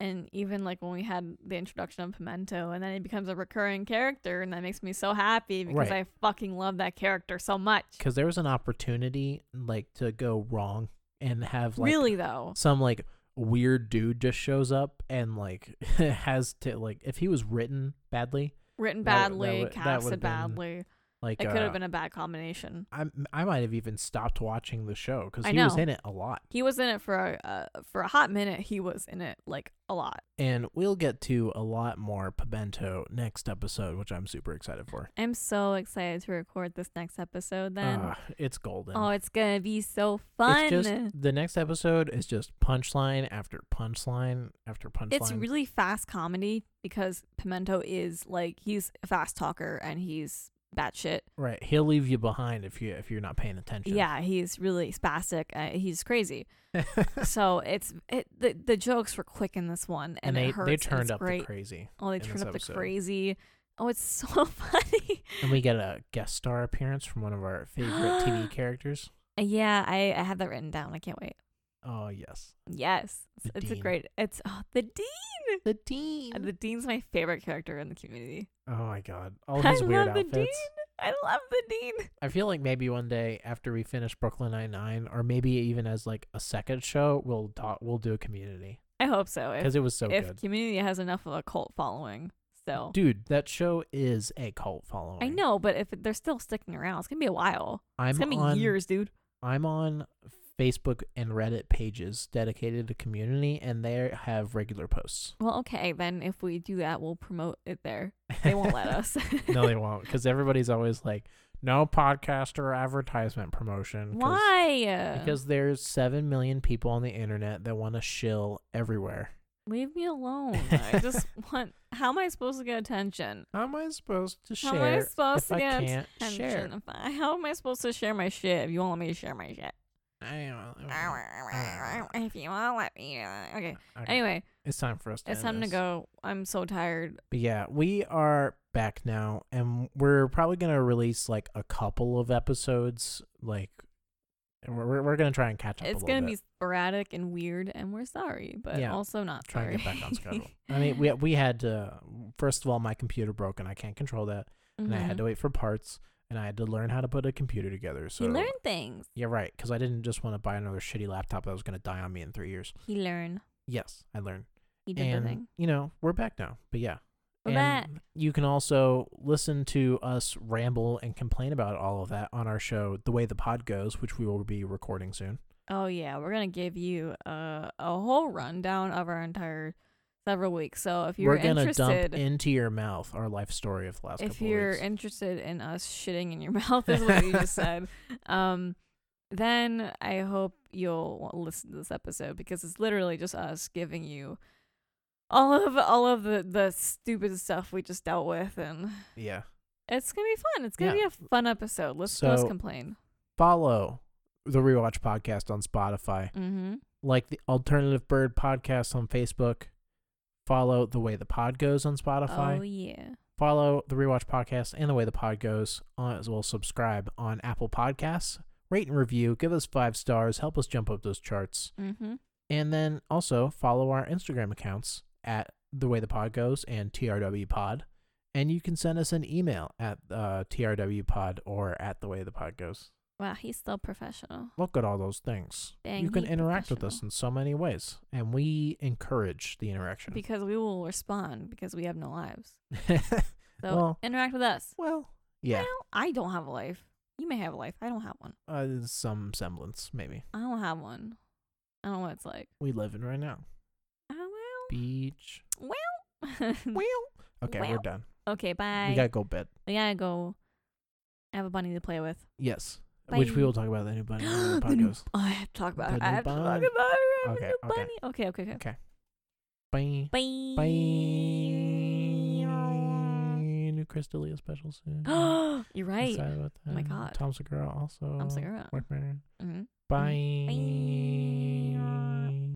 And even like when we had the introduction of Pimento, and then it becomes a recurring character, and that makes me so happy because Right. I fucking love that character so much. Because there was an opportunity like to go wrong and have like really though, some like weird dude just shows up and like (laughs) has to like if he was written badly written that would- that badly, would- that casted would've been, badly. like it could uh, have been a bad combination. I I might have even stopped watching the show because I he was know. in it a lot. He was in it for a uh, for a hot minute. He was in it like a lot. And we'll get to a lot more Pimento next episode, which I'm super excited for. I'm so excited to record this next episode. Then Ah, it's golden. oh, it's gonna be so fun. It's just the next episode is just punchline after punchline after punchline. It's really fast comedy because Pimento is like he's a fast talker and he's batshit. right. He'll leave you behind if you if you're not paying attention. (laughs) Yeah, he's really spastic. Uh, he's crazy. so it's it the, the jokes were quick in this one, and and, they it hurts. they and it's turned up great. the crazy, Oh, they in turned this up episode. the crazy. Oh, it's (laughs) so funny. and we get a guest star appearance from one of our favorite (gasps) TV characters. Uh, yeah, I I had that written down. I can't wait. Oh yes, Yes, The it's, it's a dean. great. It's oh, the dean. the dean. Uh, The dean's my favorite character in the community. oh my god, all I his weird love the outfits. dean. I love the dean. I feel like maybe one day after we finish Brooklyn Nine Nine, or maybe even as like a second show, we'll do, we'll do a Community I hope so. If, because it was so if good. community has enough of a cult following, so Dude, that show is a cult following. I know. But if they're still sticking around, it's gonna be a while. I'm it's gonna be on years, dude. I'm on Facebook and Reddit pages dedicated to Community, and they have regular posts. Well, okay, then if we do that, we'll promote it there. They won't (laughs) let us. no, they won't, because everybody's always like, no podcast or advertisement promotion. 'cause- Why? Because there's seven million people on the internet that want to shill everywhere. leave me alone. (laughs) I just want. How am I supposed to get attention? How am I supposed to share? How am I supposed if to I get can't attention? share? If I- how am I supposed to share my shit if you won't let me share my shit? I don't know. if you won't let me. uh, Okay. Mm. Okay, Anyway, it's time for us to. it's end time to this. go. I'm so tired. But yeah, we are back now, and we're probably gonna release like a couple of episodes. Like, and we're we're- we're gonna try and catch up. a it's little going to bit, be sporadic and weird, and we're sorry, but Yeah. also not try sorry. and get back on (laughs) schedule. I mean, we we had to. First of all, my computer broke, and I can't control that, and I had Mhm. to wait for parts, and I had to learn how to put a computer together. So He learned things. yeah, right, because I didn't just want to buy another shitty laptop that was gonna die on me in three years. He learned. Yes, I learned. He did the and thing. you know we're back now but yeah and We're back. you can also listen to us ramble and complain about all of that on our show the way the pod goes which we will be recording soon Oh yeah, we're gonna give you a a whole rundown of our entire several weeks. So if you're We're gonna interested, dump into your mouth our life story of the last if couple you're of weeks. interested in us shitting in your (laughs) mouth, is what (laughs) you just said. Um, then I hope you'll wa- listen to this episode because it's literally just us giving you all of all of the the stupid stuff we just dealt with, and yeah. it's gonna be fun. It's gonna Yeah. be a fun episode. Let's let's So- complain. Follow the Rewatch Podcast on Spotify. Mm-hmm. Like the Alternative Bird Podcast on Facebook. Follow The Way the Pod Goes on Spotify. Oh yeah. Follow the Rewatch Podcast and the Way the Pod Goes, uh, as well as subscribe on Apple Podcasts. Rate and review, give us five stars, help us jump up those charts. Mm-hmm. And then also follow our Instagram accounts at The Way the Pod Goes and TRW Pod. And you can send us an email at uh, TRW Pod or at The Way the Pod Goes. Wow, he's still professional. Look at all those things. Dang, you can he interact with us professional. in so many ways, and we encourage the interaction. Because we will respond because we have no lives. So Well- interact with us. (laughs) well, yeah, Well, I don't have a life. You may have a life. I don't have one. uh, some semblance, maybe. I don't have one. I don't know what it's like. We live in right now. Oh Beach. well. Well. (laughs) Well, okay, we're Mm. Well, done. okay, bye. We gotta go bed. we gotta go. I have a bunny to play with. Yes, which we Bye. will talk about the new (gasps) bunny in the The new- podcast. Oh, I have to talk about The her. I new have to talk about bunny. her. I have a Okay, new okay. bunny. Okay, okay, okay. Bye. Bye. Bye. New Chris D'Elia special (gasps) soon. You're right. Excited about Oh my that. God. Tom Segura also. I'm Segura. Workman. Mm-hmm. Bye.